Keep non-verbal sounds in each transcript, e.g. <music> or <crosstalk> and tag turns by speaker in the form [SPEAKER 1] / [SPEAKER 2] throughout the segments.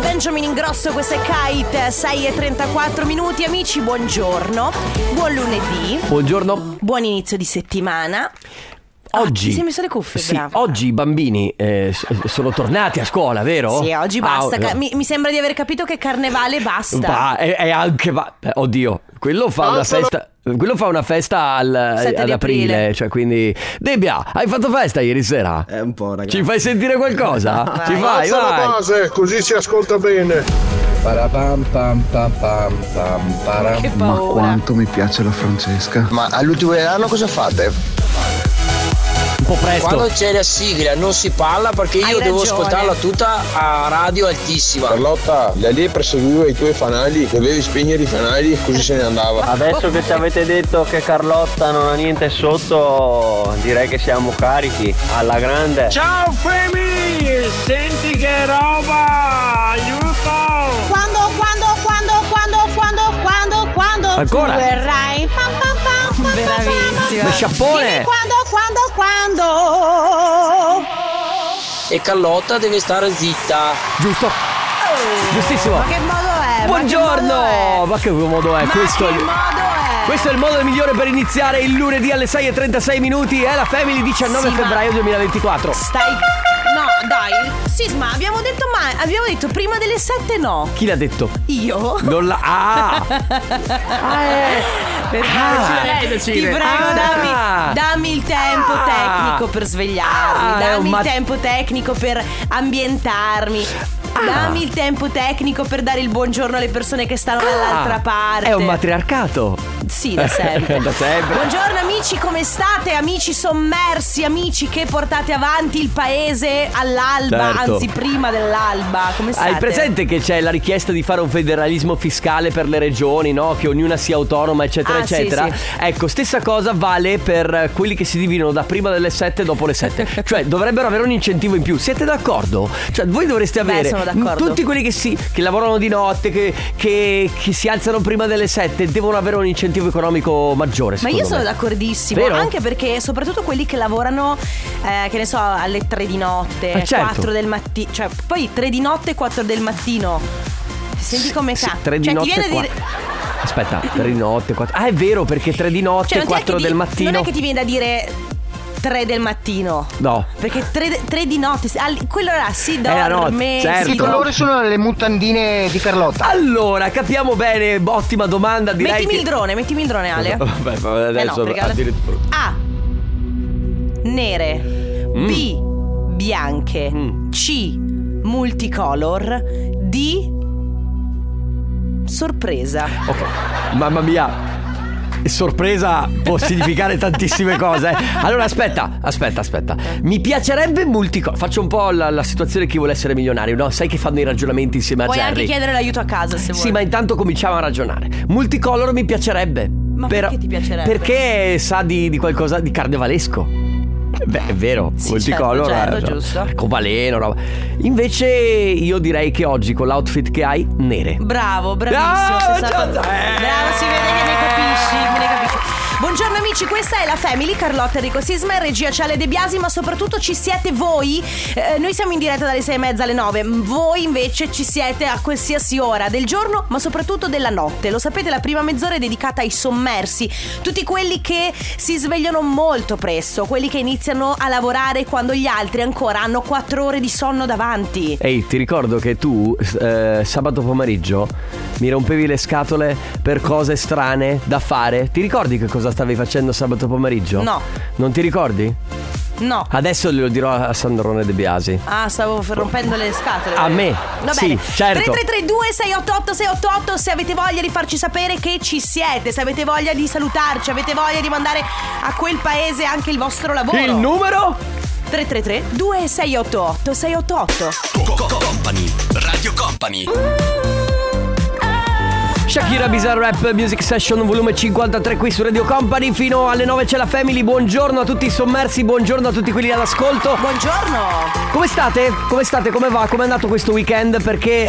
[SPEAKER 1] Benjamin Ingrosso, questo è Kite, 6 e 34 minuti amici, buongiorno, buon lunedì,
[SPEAKER 2] Buongiorno.
[SPEAKER 1] buon inizio di settimana. Ah,
[SPEAKER 2] Oggi.
[SPEAKER 1] ti sei messo le cuffie,
[SPEAKER 2] Sì,
[SPEAKER 1] bravo.
[SPEAKER 2] oggi i bambini eh, s- sono tornati a scuola, vero?
[SPEAKER 1] Sì, oggi basta,
[SPEAKER 2] Ah,
[SPEAKER 1] ca-
[SPEAKER 2] no.
[SPEAKER 1] mi, mi sembra di aver capito che carnevale basta.
[SPEAKER 2] Va- è, è anche. va- eh, oddio, quello fa una festa. Quello fa una festa al,
[SPEAKER 1] 7
[SPEAKER 2] ad
[SPEAKER 1] di aprile.
[SPEAKER 2] aprile, cioè quindi. Debbia, hai fatto festa ieri sera?
[SPEAKER 3] È un po', ragazzi.
[SPEAKER 2] Ci fai sentire qualcosa?
[SPEAKER 3] <laughs>
[SPEAKER 2] Ci fai,
[SPEAKER 4] Alza la
[SPEAKER 2] vai.
[SPEAKER 4] base, così si ascolta bene.
[SPEAKER 5] Parapam pam pam pam pam param.
[SPEAKER 1] Che paura.
[SPEAKER 6] mi piace la Francesca.
[SPEAKER 7] Ma all'ultimo dell'anno cosa fate?
[SPEAKER 2] Un po' presto.
[SPEAKER 8] Quando c'è la sigla non si parla perché io
[SPEAKER 1] Hai
[SPEAKER 8] devo
[SPEAKER 1] ragione.
[SPEAKER 8] ascoltarla tutta a radio altissima.
[SPEAKER 4] Carlotta, da lì perseguiva i tuoi fanali, dovevi spegnere i fanali, così se ne andava.
[SPEAKER 9] Adesso che ci avete detto che Carlotta non ha niente sotto, direi che siamo carichi alla grande.
[SPEAKER 4] Ciao Femi, senti che roba, aiuto!
[SPEAKER 10] Quando, quando, quando, quando, quando, quando, quando
[SPEAKER 2] Ancora?
[SPEAKER 10] tu verrai. Pam, pam, pam, pam, pam, pam.
[SPEAKER 2] Ma
[SPEAKER 1] Bravissima.
[SPEAKER 2] sciappone!
[SPEAKER 10] Quando, quando, quando.
[SPEAKER 8] E Carlotta deve stare zitta.
[SPEAKER 2] Giusto. Giustissimo.
[SPEAKER 1] Oh. Ma che modo è?
[SPEAKER 2] Buongiorno!
[SPEAKER 1] Ma
[SPEAKER 2] Ma che modo è
[SPEAKER 1] che modo è? Ma
[SPEAKER 2] questo?
[SPEAKER 1] che modo è?
[SPEAKER 2] Questo è il modo migliore per iniziare il lunedì alle 6.36 minuti, è la Family 19
[SPEAKER 1] Sì, ma-
[SPEAKER 2] febbraio 2024.
[SPEAKER 1] Stai. No, dai. Sisma, abbiamo detto ma abbiamo detto prima delle 7 no.
[SPEAKER 2] Chi l'ha detto?
[SPEAKER 1] Io?
[SPEAKER 2] Non la... Ah!
[SPEAKER 1] <laughs> Ah, eh, Per
[SPEAKER 2] Ah.
[SPEAKER 1] favore, ti prego,
[SPEAKER 2] Ah.
[SPEAKER 1] dammi, dammi il tempo
[SPEAKER 2] Ah.
[SPEAKER 1] tecnico per svegliarmi.
[SPEAKER 2] Ah, è un
[SPEAKER 1] dammi
[SPEAKER 2] mat-
[SPEAKER 1] il tempo tecnico per ambientarmi.
[SPEAKER 2] Ah.
[SPEAKER 1] Dammi il tempo tecnico per dare il buongiorno alle persone che stanno dall'altra parte.
[SPEAKER 2] Ah. È un matriarcato.
[SPEAKER 1] Sì, da sempre.
[SPEAKER 2] <laughs> Da sempre.
[SPEAKER 1] Buongiorno amici, come state? Amici sommersi, amici che portate avanti il paese all'alba,
[SPEAKER 2] Certo.
[SPEAKER 1] anzi prima dell'alba. Come state?
[SPEAKER 2] Hai presente che c'è la richiesta di fare un federalismo fiscale per le regioni, no? Che ognuna sia autonoma, eccetera,
[SPEAKER 1] Ah, sì,
[SPEAKER 2] eccetera.
[SPEAKER 1] sì.
[SPEAKER 2] Ecco, stessa cosa vale per eh, quelli che si dividono da prima delle 7 e dopo le
[SPEAKER 1] <laughs>
[SPEAKER 2] 7. cioè, dovrebbero avere un incentivo in più. Siete d'accordo? Cioè, voi dovreste
[SPEAKER 1] Beh,
[SPEAKER 2] avere
[SPEAKER 1] sono d'accordo.
[SPEAKER 2] tutti quelli che, si, che lavorano di notte, che, che- che si alzano prima delle 7, devono avere un incentivo economico maggiore.
[SPEAKER 1] Ma io
[SPEAKER 2] secondo
[SPEAKER 1] sono
[SPEAKER 2] me.
[SPEAKER 1] d'accordissimo,
[SPEAKER 2] Vero?
[SPEAKER 1] anche perché soprattutto quelli che lavorano, eh, che ne so, alle 3 di notte,
[SPEAKER 2] Ah, certo.
[SPEAKER 1] 4 del mattino, cioè poi 3 di notte e 4 del mattino. Senti come
[SPEAKER 2] Sì,
[SPEAKER 1] ca-
[SPEAKER 2] tre di
[SPEAKER 1] cioè,
[SPEAKER 2] notte.
[SPEAKER 1] ti viene da
[SPEAKER 2] qua-
[SPEAKER 1] dire...
[SPEAKER 2] Aspetta, 3 di notte, 4. Ah, è vero, perché 3 di notte,
[SPEAKER 1] Cioè, non ti è che
[SPEAKER 2] 4
[SPEAKER 1] ti-
[SPEAKER 2] del mattino.
[SPEAKER 1] Non è che ti viene da dire 3 del mattino.
[SPEAKER 2] No.
[SPEAKER 1] Perché 3 di notte, si- all- quello là si
[SPEAKER 2] la notte,
[SPEAKER 1] dorme.
[SPEAKER 2] certo.
[SPEAKER 1] si
[SPEAKER 2] Che colore
[SPEAKER 7] sono le mutandine di Carlotta?
[SPEAKER 2] Allora, capiamo bene, ottima domanda, direi
[SPEAKER 1] Mettimi
[SPEAKER 2] che...
[SPEAKER 1] il drone, mettimi il
[SPEAKER 2] <laughs>
[SPEAKER 1] drone Ale.
[SPEAKER 2] Vabbè, vabbè,
[SPEAKER 1] Eh no,
[SPEAKER 2] adesso
[SPEAKER 1] perché alla-
[SPEAKER 2] addirittura.
[SPEAKER 1] A. Nere. B. Bianche.
[SPEAKER 2] Mm.
[SPEAKER 1] C. Multicolor. D. Sorpresa.
[SPEAKER 2] Ok. Mamma mia. Sorpresa può significare tantissime cose. eh. Allora, aspetta, aspetta, aspetta. Mi piacerebbe multicolor. Faccio un po' la, la situazione chi vuole essere milionario, no? Sai che fanno i ragionamenti insieme a
[SPEAKER 1] Puoi
[SPEAKER 2] Jerry.
[SPEAKER 1] anche chiedere l'aiuto a casa se vuoi.
[SPEAKER 2] Sì, ma intanto cominciamo a ragionare. Multicolor mi piacerebbe.
[SPEAKER 1] Ma perché ti piacerebbe?
[SPEAKER 2] Perché sa di, di qualcosa di carnevalesco. Eh Beh, è vero,
[SPEAKER 1] Sì,
[SPEAKER 2] multicolor.
[SPEAKER 1] certo,
[SPEAKER 2] eh,
[SPEAKER 1] certo,
[SPEAKER 2] so,
[SPEAKER 1] giusto.
[SPEAKER 2] Arcobaleno, roba. Invece io direi che oggi con l'outfit che hai, nere.
[SPEAKER 1] Bravo, bravissimo.
[SPEAKER 2] Ah,
[SPEAKER 1] sei
[SPEAKER 2] già,
[SPEAKER 1] stato-
[SPEAKER 2] già.
[SPEAKER 1] Bravo, si vede che ne capisci, che ne capisci. Buongiorno amici, questa è la Family, Carlotta Enrico Sisma e regia Ciale De Biasi, ma soprattutto ci siete voi. Eh, noi siamo in diretta dalle sei e mezza alle nove, voi invece ci siete a qualsiasi ora del giorno, ma soprattutto della notte. Lo sapete, la prima mezz'ora è dedicata ai sommersi, tutti quelli che si svegliano molto presto, quelli che iniziano a lavorare quando gli altri ancora hanno quattro ore di sonno davanti.
[SPEAKER 2] Ehi, ti ricordo che tu s- eh, sabato pomeriggio mi rompevi le scatole per cose strane da fare. Ti ricordi che cosa stavi facendo sabato pomeriggio?
[SPEAKER 1] No.
[SPEAKER 2] Non ti ricordi?
[SPEAKER 1] No.
[SPEAKER 2] Adesso glielo dirò a Sandrone De Biasi.
[SPEAKER 1] Ah, stavo f- rompendo le scatole.
[SPEAKER 2] A me.
[SPEAKER 1] Va
[SPEAKER 2] Sì,
[SPEAKER 1] bene.
[SPEAKER 2] certo.
[SPEAKER 1] 3332 688 688 se avete voglia di farci sapere che ci siete, se avete voglia di salutarci, avete voglia di mandare a quel paese anche il vostro lavoro.
[SPEAKER 2] Il numero?
[SPEAKER 1] 333 2688 688.
[SPEAKER 2] Company, Radio Company. Shakira Bizarre Rap Music Session volume 53 qui su Radio Company fino alle 9 c'è la Family. Buongiorno a tutti i sommersi, buongiorno a tutti quelli all'ascolto.
[SPEAKER 1] Buongiorno.
[SPEAKER 2] Come state? Come state? Come va? Come è andato questo weekend?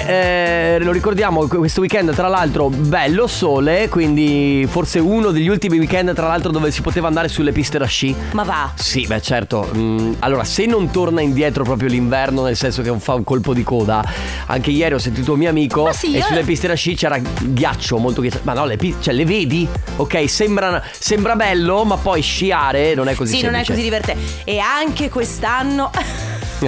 [SPEAKER 2] Perché eh, lo ricordiamo, questo weekend tra l'altro bello sole, quindi forse uno degli ultimi weekend tra l'altro dove si poteva andare sulle piste da sci.
[SPEAKER 1] Ma va.
[SPEAKER 2] Sì, beh certo. Mm, allora, se non torna indietro proprio l'inverno, nel senso che fa un colpo di coda, anche ieri ho sentito un mio amico
[SPEAKER 1] Ma sì,
[SPEAKER 2] e
[SPEAKER 1] eh.
[SPEAKER 2] sulle piste da sci c'era ghiaccio, molto ghiaccio. Ma no, le, pi- cioè, le vedi? Ok, sembra, sembra bello, ma poi sciare non è così
[SPEAKER 1] Sì, non è
[SPEAKER 2] semplice.
[SPEAKER 1] così divertente. E
[SPEAKER 2] <laughs>
[SPEAKER 1] anche quest'anno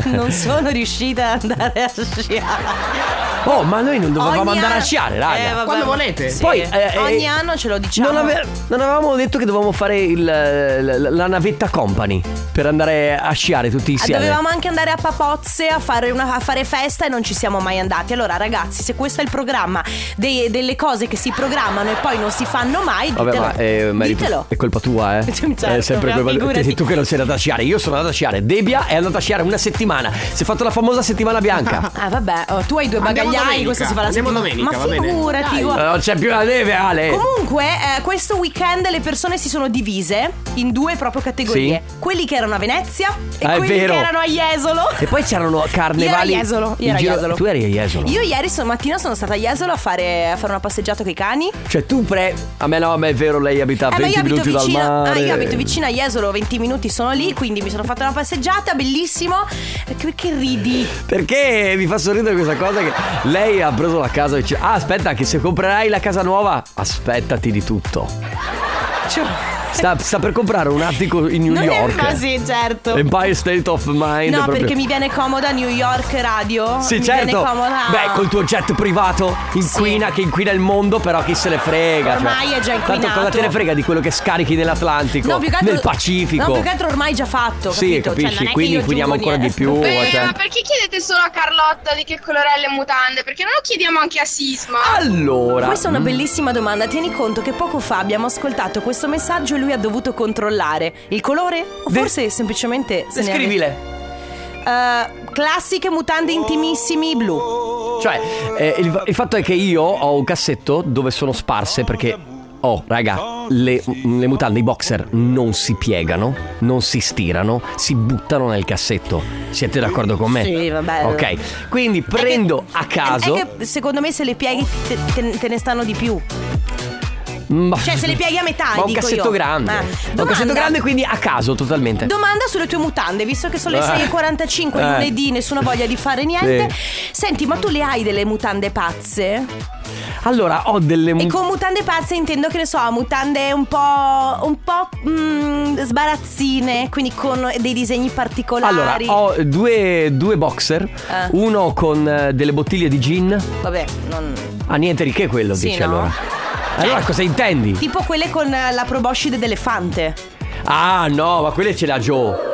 [SPEAKER 1] non sono riuscita ad andare a sciare.
[SPEAKER 2] Oh, ma noi non dovevamo
[SPEAKER 1] Ogni
[SPEAKER 2] andare a
[SPEAKER 1] anno-
[SPEAKER 2] sciare, raga.
[SPEAKER 1] Eh, vabbè.
[SPEAKER 3] Quando volete.
[SPEAKER 1] Sì.
[SPEAKER 2] Poi, eh, eh,
[SPEAKER 1] ogni anno ce lo diciamo.
[SPEAKER 2] Non, ave- non avevamo detto che dovevamo fare il, eh, la, la navetta company per andare a sciare tutti
[SPEAKER 1] Ah,
[SPEAKER 2] insieme.
[SPEAKER 1] Dovevamo anche andare a Papozze a fare, una- a fare festa e non ci siamo mai andati. Allora, ragazzi, se questo è il programma dei- delle cose che si programmano e poi non si fanno mai, ditelo.
[SPEAKER 2] Vabbè, ma eh, Mary,
[SPEAKER 1] ditelo.
[SPEAKER 2] è colpa tua, eh?
[SPEAKER 1] <laughs> Certo,
[SPEAKER 2] è sempre
[SPEAKER 1] ma
[SPEAKER 2] colpa tua.
[SPEAKER 1] figurati.
[SPEAKER 2] Sei <laughs> tu che non sei andata a sciare. Io sono andata a sciare. Debia è andata a sciare una settimana. Si è fatto la famosa settimana
[SPEAKER 1] <laughs>
[SPEAKER 2] bianca.
[SPEAKER 1] Ah, vabbè, oh, tu hai due
[SPEAKER 3] Andiamo
[SPEAKER 1] bagagliai,
[SPEAKER 3] domenica,
[SPEAKER 1] questo si fa la
[SPEAKER 3] andiamo
[SPEAKER 1] settimana-
[SPEAKER 3] domenica,
[SPEAKER 1] Ma
[SPEAKER 3] va bene.
[SPEAKER 1] figurati, guarda.
[SPEAKER 2] Eh, non c'è più la neve, Ale.
[SPEAKER 1] Comunque, eh, questo weekend le persone si sono divise in due proprio categorie: quelli che erano a Venezia e
[SPEAKER 2] Ah, è
[SPEAKER 1] quelli
[SPEAKER 2] vero.
[SPEAKER 1] che erano a Iesolo.
[SPEAKER 2] E poi c'erano
[SPEAKER 1] Io ero a
[SPEAKER 2] carnevali.
[SPEAKER 1] Jesolo, io
[SPEAKER 2] in
[SPEAKER 1] ero a
[SPEAKER 2] giro-
[SPEAKER 1] Jesolo.
[SPEAKER 2] Tu eri a Jesolo.
[SPEAKER 1] Io ieri so- mattina sono stata a Iesolo a fare, a fare una passeggiata con i cani.
[SPEAKER 2] Cioè, tu pre. A me no, a me è vero, lei abita a
[SPEAKER 1] Eh, ma
[SPEAKER 2] 20
[SPEAKER 1] io abito,
[SPEAKER 2] minuti
[SPEAKER 1] vicino,
[SPEAKER 2] dal mare.
[SPEAKER 1] ah, io abito vicino a Jesolo, 20 minuti sono lì, quindi mi sono fatta una passeggiata, bellissimo. Eh, Che, che ridi?
[SPEAKER 2] Perché mi fa sorridere questa cosa che lei ha preso la casa e dice Ah aspetta che se comprerai la casa nuova aspettati di tutto
[SPEAKER 1] Cioè,
[SPEAKER 2] Sta, sta per comprare un attico in New
[SPEAKER 1] non
[SPEAKER 2] York
[SPEAKER 1] è così, certo.
[SPEAKER 2] Empire State of Mind
[SPEAKER 1] No,
[SPEAKER 2] proprio.
[SPEAKER 1] perché mi viene comoda New York Radio.
[SPEAKER 2] Sì
[SPEAKER 1] mi Viene
[SPEAKER 2] certo
[SPEAKER 1] comoda...
[SPEAKER 2] Beh col tuo jet privato Inquina che inquina il mondo però chi se ne frega cioè.
[SPEAKER 1] Ormai è già
[SPEAKER 2] Tanto
[SPEAKER 1] inquinato.
[SPEAKER 2] cosa te ne frega di quello che scarichi nell'Atlantico
[SPEAKER 1] No, più che altro,
[SPEAKER 2] Nel Pacifico
[SPEAKER 1] No, più che altro ormai già fatto.
[SPEAKER 2] Sì
[SPEAKER 1] capito?
[SPEAKER 2] capisci
[SPEAKER 1] Cioè, non è che
[SPEAKER 2] Quindi
[SPEAKER 1] io
[SPEAKER 2] inquiniamo
[SPEAKER 1] giuro
[SPEAKER 2] ancora di
[SPEAKER 1] niente.
[SPEAKER 2] più
[SPEAKER 11] Beh,
[SPEAKER 2] cioè.
[SPEAKER 11] ma perché chiedete solo a Carlotta di che colore è le mutande? Perché non lo chiediamo anche a Sisma?
[SPEAKER 2] Ah, Allora
[SPEAKER 1] Questa è una
[SPEAKER 2] mm.
[SPEAKER 1] bellissima domanda. Tieni conto che poco fa abbiamo ascoltato questo messaggio e lui ha dovuto controllare il colore o
[SPEAKER 2] De-
[SPEAKER 1] forse semplicemente se ne-
[SPEAKER 2] Descrivile
[SPEAKER 1] Eh, classiche mutande intimissimi blu.
[SPEAKER 2] Cioè, eh, il, il fatto è che io ho un cassetto dove sono sparse perché. Oh, raga, le, le mutande, i boxer non si piegano, non si stirano, si buttano nel cassetto. Siete d'accordo con me?
[SPEAKER 1] Sì, vabbè.
[SPEAKER 2] Ok, quindi prendo a caso.
[SPEAKER 1] È che secondo me se le pieghi te, te- te ne stanno di più.
[SPEAKER 2] ma-
[SPEAKER 1] Cioè, se le
[SPEAKER 2] <laughs>
[SPEAKER 1] pieghi a metà,
[SPEAKER 2] Oh, Ma ho un
[SPEAKER 1] dico
[SPEAKER 2] cassetto
[SPEAKER 1] io.
[SPEAKER 2] grande.
[SPEAKER 1] Ah,
[SPEAKER 2] Ho un
[SPEAKER 1] domanda.
[SPEAKER 2] cassetto grande, quindi a caso, totalmente.
[SPEAKER 1] Domanda sulle tue mutande, visto che sono le
[SPEAKER 2] Ah.
[SPEAKER 1] 6.45
[SPEAKER 2] Eh.
[SPEAKER 1] lunedì, nessuna voglia di fare niente. Senti, ma tu le hai delle mutande pazze?
[SPEAKER 2] allora, ho delle
[SPEAKER 1] E
[SPEAKER 2] mutande.
[SPEAKER 1] con mutande pazze intendo che ne so, mutande un po'. un po'. mm, sbarazzine, quindi con dei
[SPEAKER 2] Allora,
[SPEAKER 1] disegni particolari.
[SPEAKER 2] ho due, due boxer,
[SPEAKER 1] Ah.
[SPEAKER 2] uno con eh, delle bottiglie di gin.
[SPEAKER 1] Vabbè, non.
[SPEAKER 2] Ah, niente di che quello,
[SPEAKER 1] Sì,
[SPEAKER 2] dici
[SPEAKER 1] no? Eh.
[SPEAKER 2] allora. Allora cosa intendi?
[SPEAKER 1] Tipo quelle con eh, la proboscide d'elefante.
[SPEAKER 2] Ah no, ma quelle ce l'ha Joe.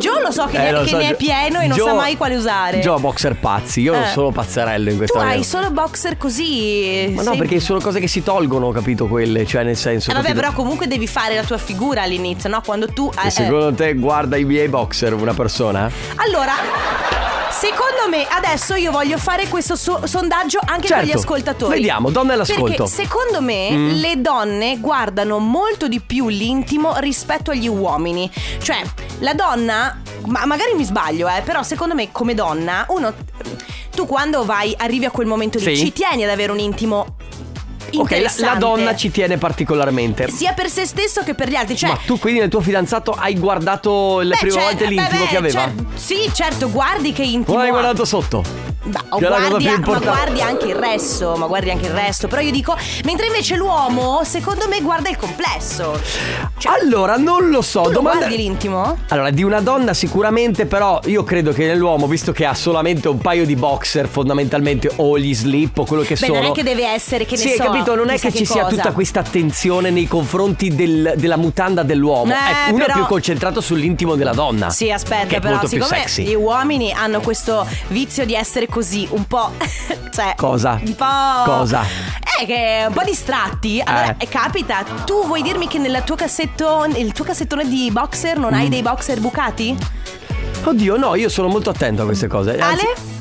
[SPEAKER 1] Joe lo so che,
[SPEAKER 2] Eh,
[SPEAKER 1] ne,
[SPEAKER 2] lo
[SPEAKER 1] che
[SPEAKER 2] so,
[SPEAKER 1] ne
[SPEAKER 2] Joe-
[SPEAKER 1] è pieno e non
[SPEAKER 2] Joe-
[SPEAKER 1] sa mai quale usare.
[SPEAKER 2] Joe ha boxer pazzi, io non
[SPEAKER 1] Eh.
[SPEAKER 2] sono pazzerello in
[SPEAKER 1] tu
[SPEAKER 2] questa
[SPEAKER 1] hai
[SPEAKER 2] maniera.
[SPEAKER 1] solo boxer così.
[SPEAKER 2] Ma no,
[SPEAKER 1] sem-
[SPEAKER 2] perché sono cose che si tolgono, capito quelle? Cioè, nel senso.
[SPEAKER 1] Eh, vabbè,
[SPEAKER 2] capito?
[SPEAKER 1] però comunque devi fare la tua figura all'inizio, no? Quando tu. eh,
[SPEAKER 2] E
[SPEAKER 1] eh.
[SPEAKER 2] secondo te guarda i miei boxer una persona?
[SPEAKER 1] Allora. Secondo me adesso io voglio fare questo so- sondaggio anche
[SPEAKER 2] Certo.
[SPEAKER 1] per gli ascoltatori.
[SPEAKER 2] Vediamo, donne all'ascolto. Mm.
[SPEAKER 1] Perché secondo me le donne guardano molto di più l'intimo rispetto agli uomini. Cioè, la donna, ma magari mi sbaglio, eh, però secondo me come donna uno tu quando vai arrivi a quel momento lì
[SPEAKER 2] Sì.
[SPEAKER 1] ci tieni ad avere un intimo
[SPEAKER 2] Ok, la- la,
[SPEAKER 1] interessante.
[SPEAKER 2] donna ci tiene particolarmente.
[SPEAKER 1] sia per se stesso che per gli altri, cioè
[SPEAKER 2] Ma tu quindi nel tuo fidanzato hai guardato le
[SPEAKER 1] Beh,
[SPEAKER 2] prime
[SPEAKER 1] cioè,
[SPEAKER 2] volte
[SPEAKER 1] beh,
[SPEAKER 2] l'intimo
[SPEAKER 1] beh, cioè,
[SPEAKER 2] che aveva?
[SPEAKER 1] cer- sì, certo, guardi che
[SPEAKER 2] O
[SPEAKER 1] intimo.
[SPEAKER 2] hai
[SPEAKER 1] ha.
[SPEAKER 2] guardato sotto?
[SPEAKER 1] Ma
[SPEAKER 2] Che è la cosa
[SPEAKER 1] guardi,
[SPEAKER 2] più
[SPEAKER 1] ma
[SPEAKER 2] importante.
[SPEAKER 1] guardi anche il resto, ma guardi anche il resto. Però io dico, mentre invece l'uomo, secondo me, guarda il complesso. Cioè,
[SPEAKER 2] allora, non lo so.
[SPEAKER 1] tu lo
[SPEAKER 2] domanda...
[SPEAKER 1] guardi l'intimo?
[SPEAKER 2] Allora, di una donna sicuramente, però io credo che nell'uomo, visto che ha solamente un paio di boxer fondamentalmente o gli slip o quello che
[SPEAKER 1] Beh,
[SPEAKER 2] sono...
[SPEAKER 1] non è che deve essere, che ne
[SPEAKER 2] Sì,
[SPEAKER 1] so,
[SPEAKER 2] hai capito, non è
[SPEAKER 1] chissà
[SPEAKER 2] che ci sia
[SPEAKER 1] cosa.
[SPEAKER 2] tutta questa attenzione nei confronti del- della mutanda dell'uomo.
[SPEAKER 1] Eh,
[SPEAKER 2] Ecco, uno è
[SPEAKER 1] però-
[SPEAKER 2] più concentrato sull'intimo della donna.
[SPEAKER 1] Sì, aspetta,
[SPEAKER 2] che è
[SPEAKER 1] però,
[SPEAKER 2] molto più
[SPEAKER 1] siccome
[SPEAKER 2] sexy.
[SPEAKER 1] gli uomini hanno questo vizio di essere così, un po'. <laughs> cioè.
[SPEAKER 2] Cosa?
[SPEAKER 1] Un po'.
[SPEAKER 2] Cosa?
[SPEAKER 1] Eh, che un po' distratti. Allora,
[SPEAKER 2] Eh.
[SPEAKER 1] eh, capita, tu vuoi dirmi che nel tuo cassetto, nel tuo cassettone di boxer non
[SPEAKER 2] Mm.
[SPEAKER 1] hai dei boxer bucati?
[SPEAKER 2] Eh, Oddio, no, io sono molto attento a queste cose.
[SPEAKER 1] Ale?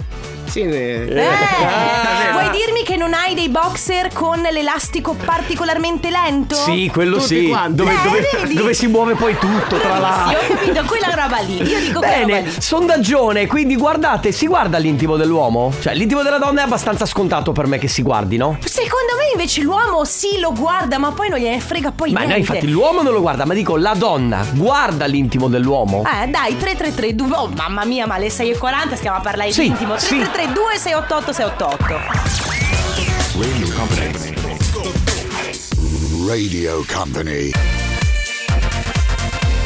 [SPEAKER 3] Sì, eh,
[SPEAKER 1] Eh,
[SPEAKER 2] Ah.
[SPEAKER 1] vuoi dirmi che non hai dei boxer con l'elastico particolarmente lento?
[SPEAKER 2] Sì, quello
[SPEAKER 1] Tutti
[SPEAKER 2] sì.
[SPEAKER 1] quanti.
[SPEAKER 2] Dove,
[SPEAKER 1] Eh,
[SPEAKER 2] dove-
[SPEAKER 1] vedi?
[SPEAKER 2] dove si muove poi tutto, tra
[SPEAKER 1] Sì,
[SPEAKER 2] l'altro.
[SPEAKER 1] ho capito, quella roba lì. Io dico quella roba
[SPEAKER 2] Bene, sondaggione, quindi guardate, si guarda l'intimo dell'uomo? Cioè, l'intimo della donna è abbastanza scontato per me che si guardi, no?
[SPEAKER 1] Secondo me invece l'uomo sì lo guarda, ma poi non gliene frega poi
[SPEAKER 2] Ma no,
[SPEAKER 1] niente.
[SPEAKER 2] infatti l'uomo non lo guarda, ma dico la donna guarda l'intimo dell'uomo.
[SPEAKER 1] Eh dai 333 2 Oh mamma mia ma alle 6.40 stiamo a parlare
[SPEAKER 2] Sì,
[SPEAKER 1] di intimo
[SPEAKER 2] sì.
[SPEAKER 1] 333 688 688
[SPEAKER 12] Radio Company.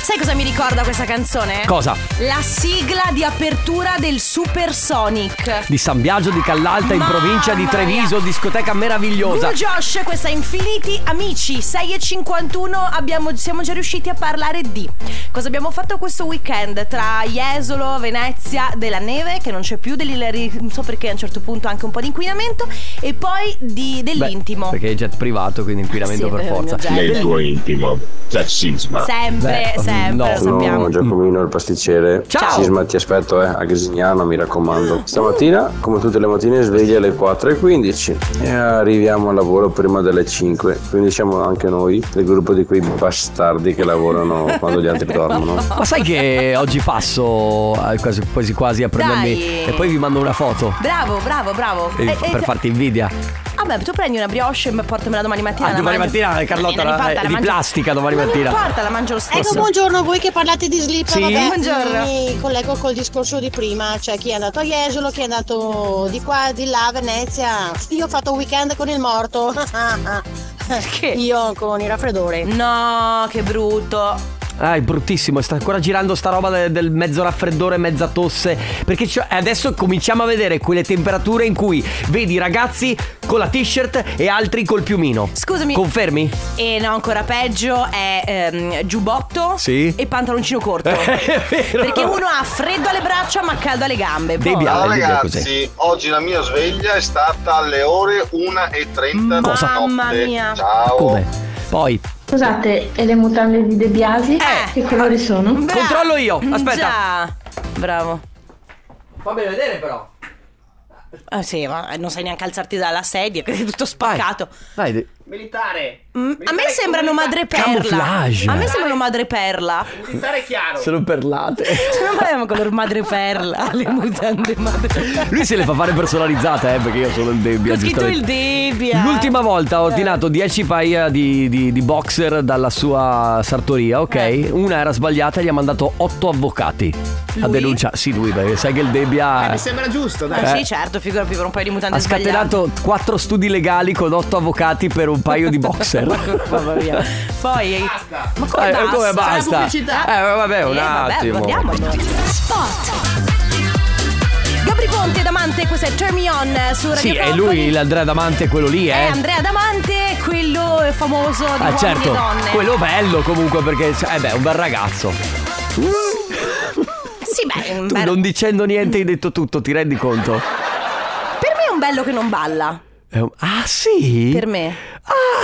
[SPEAKER 1] Sai cosa mi ricorda questa canzone?
[SPEAKER 2] Cosa?
[SPEAKER 1] La sigla di apertura del Super Sonic
[SPEAKER 2] Di San Biagio di Callalta in
[SPEAKER 1] Mamma
[SPEAKER 2] provincia di Treviso, discoteca meravigliosa.
[SPEAKER 1] Guru Josh, questa è Infiniti Amici 6.51 abbiamo, siamo già riusciti a parlare di Cosa abbiamo fatto questo weekend Tra Jesolo, Venezia, della neve Che non c'è più, dell'Ilari Non so perché a un certo punto anche un po' di inquinamento E poi di-
[SPEAKER 2] Beh,
[SPEAKER 1] dell'intimo
[SPEAKER 2] perché è jet privato, quindi inquinamento
[SPEAKER 1] Ah,
[SPEAKER 2] per
[SPEAKER 1] Sì, è vero,
[SPEAKER 2] forza.
[SPEAKER 1] il mio jet. Nel tuo
[SPEAKER 2] intimo c'è sisma.
[SPEAKER 1] Sempre, sempre, lo sappiamo
[SPEAKER 12] Mm.
[SPEAKER 13] Giacomino il pasticcere.
[SPEAKER 1] Ciao.
[SPEAKER 13] Sisma, ti aspetto, eh, a Grisignano, mi
[SPEAKER 12] Mm.
[SPEAKER 13] raccomando. Stamattina, come tutte le mattine, svegli alle 4.15 e arriviamo al lavoro prima delle 5. Quindi siamo anche noi, il gruppo di quei bastardi che lavorano
[SPEAKER 2] <laughs>
[SPEAKER 12] <laughs>
[SPEAKER 13] quando gli altri dormono.
[SPEAKER 2] Ma sai che oggi passo eh, quasi quasi, quasi a prendermi
[SPEAKER 1] Dai.
[SPEAKER 2] e poi vi mando una foto
[SPEAKER 1] Bravo, bravo, bravo
[SPEAKER 2] eh,
[SPEAKER 1] Eh, eh,
[SPEAKER 2] per farti invidia.
[SPEAKER 1] Vabbè, tu prendi una brioche e portamela domani mattina.
[SPEAKER 2] Ah,
[SPEAKER 1] la
[SPEAKER 2] domani
[SPEAKER 1] mangio-
[SPEAKER 2] mattina, Carlotta,
[SPEAKER 1] Ma non
[SPEAKER 2] la-
[SPEAKER 1] importa,
[SPEAKER 2] è
[SPEAKER 1] la
[SPEAKER 2] di
[SPEAKER 1] mangio-
[SPEAKER 2] plastica domani
[SPEAKER 1] Ma
[SPEAKER 2] mattina.
[SPEAKER 1] Non importa, la mangio lo stesso.
[SPEAKER 10] Ecco, buongiorno, voi che parlate di slip,
[SPEAKER 2] Sì?
[SPEAKER 10] vabbè,
[SPEAKER 1] Buongiorno.
[SPEAKER 10] mi collego col discorso di prima, cioè chi è andato a Jesolo, chi è andato di qua, di là, a Venezia. Io ho fatto un weekend con il morto. <laughs> Perché? Io con il raffreddore.
[SPEAKER 1] No, che brutto.
[SPEAKER 2] Ah, è bruttissimo, sta ancora girando sta roba de- del mezzo raffreddore, mezza tosse. Perché c'ho- adesso cominciamo a vedere quelle temperature in cui vedi i ragazzi con la t-shirt e altri col piumino.
[SPEAKER 1] Scusami.
[SPEAKER 2] Confermi?
[SPEAKER 1] E no, ancora peggio è ehm, giubbotto
[SPEAKER 2] Sì.
[SPEAKER 1] e pantaloncino
[SPEAKER 2] <laughs>
[SPEAKER 1] corto.
[SPEAKER 2] È vero.
[SPEAKER 1] Perché uno ha freddo alle braccia ma caldo alle gambe. Boh.
[SPEAKER 2] ah,
[SPEAKER 14] Ciao ragazzi, oggi la mia sveglia è stata alle ore
[SPEAKER 1] Boh,
[SPEAKER 14] 1.30
[SPEAKER 2] Cosa?
[SPEAKER 14] di
[SPEAKER 2] Mamma
[SPEAKER 4] Eh.
[SPEAKER 14] notte.
[SPEAKER 2] mia.
[SPEAKER 14] Eh, Ciao.
[SPEAKER 2] Come? Poi
[SPEAKER 15] Scusate, e le mutande di De Biasi? Eh, Che colori sono?
[SPEAKER 2] controllo io. Aspetta.
[SPEAKER 1] Eh. Già. Bravo.
[SPEAKER 2] Fammi vedere però.
[SPEAKER 1] Ah, sì, ma non sai neanche alzarti dalla sedia, che è tutto spaccato.
[SPEAKER 2] Vai.
[SPEAKER 3] Militare.
[SPEAKER 1] Mm, a me sembrano madreperla.
[SPEAKER 2] Camouflage.
[SPEAKER 1] A me sembrano madreperla.
[SPEAKER 3] Militare chiaro.
[SPEAKER 2] Sono perlate.
[SPEAKER 1] Cioè, Non parliamo color madreperla, le mutande madreperla.
[SPEAKER 2] Lui se le fa fare personalizzate, eh, perché io sono il debbia.
[SPEAKER 1] Ho scritto il
[SPEAKER 2] giustamente.
[SPEAKER 1] Debbia.
[SPEAKER 2] L'ultima
[SPEAKER 1] Eh.
[SPEAKER 2] volta ho ordinato 10 paia di, di- di boxer dalla sua sartoria, ok?
[SPEAKER 1] Eh.
[SPEAKER 2] Una era sbagliata e gli ha mandato 8 avvocati a
[SPEAKER 3] Lui?
[SPEAKER 2] denuncia. Sì, lui, perché sai che il
[SPEAKER 3] Eh,
[SPEAKER 2] Debbia
[SPEAKER 3] mi sembra giusto, dai.
[SPEAKER 1] Eh, sì, certo, figurati per un paio di mutande
[SPEAKER 2] ha scatenato 4 studi legali con 8 avvocati per un paio di
[SPEAKER 1] <laughs>
[SPEAKER 2] boxer.
[SPEAKER 1] Mamma mia. Poi Ma come
[SPEAKER 2] Eh,
[SPEAKER 1] basta?
[SPEAKER 2] come basta? Eh, vabbè, un
[SPEAKER 1] Eh, vabbè,
[SPEAKER 2] attimo.
[SPEAKER 1] guardiamo allora. Gabri Ponte Damante, questo è Turn Me On eh, su Radio
[SPEAKER 2] Sì, è
[SPEAKER 1] Company.
[SPEAKER 2] lui, l'Andrea Damante, quello lì, eh.
[SPEAKER 1] È Andrea Damante, quello famoso di
[SPEAKER 2] Ah
[SPEAKER 1] uomini
[SPEAKER 2] certo,
[SPEAKER 1] e donne.
[SPEAKER 2] quello bello comunque perché eh beh, è un bel ragazzo.
[SPEAKER 1] Sì, beh, un
[SPEAKER 2] Tu
[SPEAKER 1] bel-
[SPEAKER 2] non dicendo niente hai detto tutto, ti rendi conto?
[SPEAKER 1] per me è un bello che non balla.
[SPEAKER 2] È un- Ah sì?
[SPEAKER 1] Per me.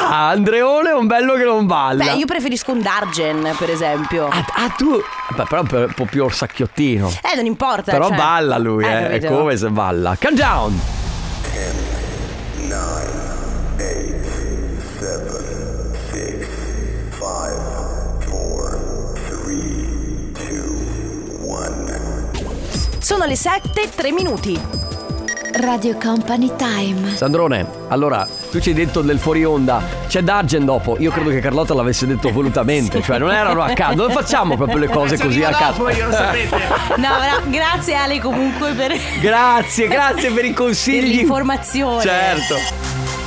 [SPEAKER 2] Ah, Andreone è un bello che non balla.
[SPEAKER 1] Beh, io preferisco un Dargen, per esempio.
[SPEAKER 2] Ah, ah, tu... Beh, però è un po' più orsacchiottino.
[SPEAKER 1] Eh, non importa.
[SPEAKER 2] però
[SPEAKER 1] cioè.
[SPEAKER 2] balla lui, eh, è
[SPEAKER 1] capito.
[SPEAKER 2] come se balla. Come down!
[SPEAKER 1] Sono le 7, 3 minuti.
[SPEAKER 16] Radio Company Time.
[SPEAKER 2] Sandrone, allora, tu ci hai detto del fuori onda, c'è Dargen dopo. Io credo che Carlotta l'avesse detto volutamente, cioè non erano a caso, non facciamo proprio
[SPEAKER 1] <laughs>
[SPEAKER 2] le cose così a caso. <laughs>
[SPEAKER 1] No, però grazie Ale comunque per
[SPEAKER 2] Grazie, grazie per i consigli.
[SPEAKER 1] Per l'informazione.
[SPEAKER 2] Certo.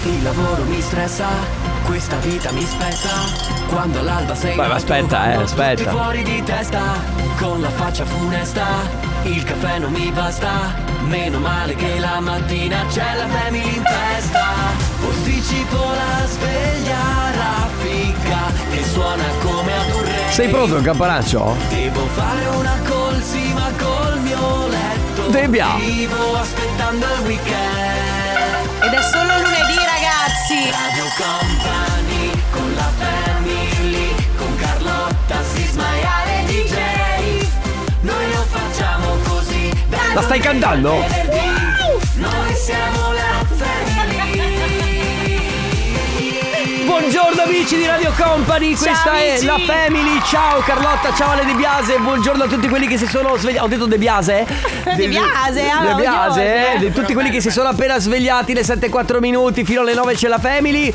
[SPEAKER 17] Il lavoro mi stressa, questa vita mi spezza. Quando all'alba sei
[SPEAKER 2] Beh, ma
[SPEAKER 17] tu,
[SPEAKER 2] aspetta, eh,
[SPEAKER 17] tutti
[SPEAKER 2] aspetta.
[SPEAKER 17] fuori di testa, con la faccia funesta. Il caffè non mi basta, meno male che la mattina c'è la family in festa. Posticipo la sveglia raffica che suona come ad un re.
[SPEAKER 2] Sei pronto, un campanaccio?
[SPEAKER 17] Devo fare una colsima col mio letto.
[SPEAKER 2] Debbia.
[SPEAKER 17] Vivo aspettando il weekend.
[SPEAKER 1] Ed è solo lunedì, ragazzi.
[SPEAKER 17] Radio Company con la family, con Carlotta, Sisma e Ale DJ. Noi lo facciamo così. da
[SPEAKER 2] La stai
[SPEAKER 17] lunedì
[SPEAKER 2] cantando?
[SPEAKER 17] a venerdì. Noi siamo la family.
[SPEAKER 2] <laughs> Buongiorno amici di Radio Company,
[SPEAKER 17] Ciao,
[SPEAKER 2] questa è
[SPEAKER 17] amici.
[SPEAKER 2] la Family. Ciao Carlotta, ciao Ale De Biase, buongiorno a tutti quelli che si sono svegliati. Ho detto De Biase? eh?
[SPEAKER 1] <laughs> De Biase, ah,
[SPEAKER 2] De Biase,
[SPEAKER 1] odioso, eh.
[SPEAKER 2] di tutti quelli che si sono appena svegliati le 7-4 minuti fino alle 9 c'è la Family.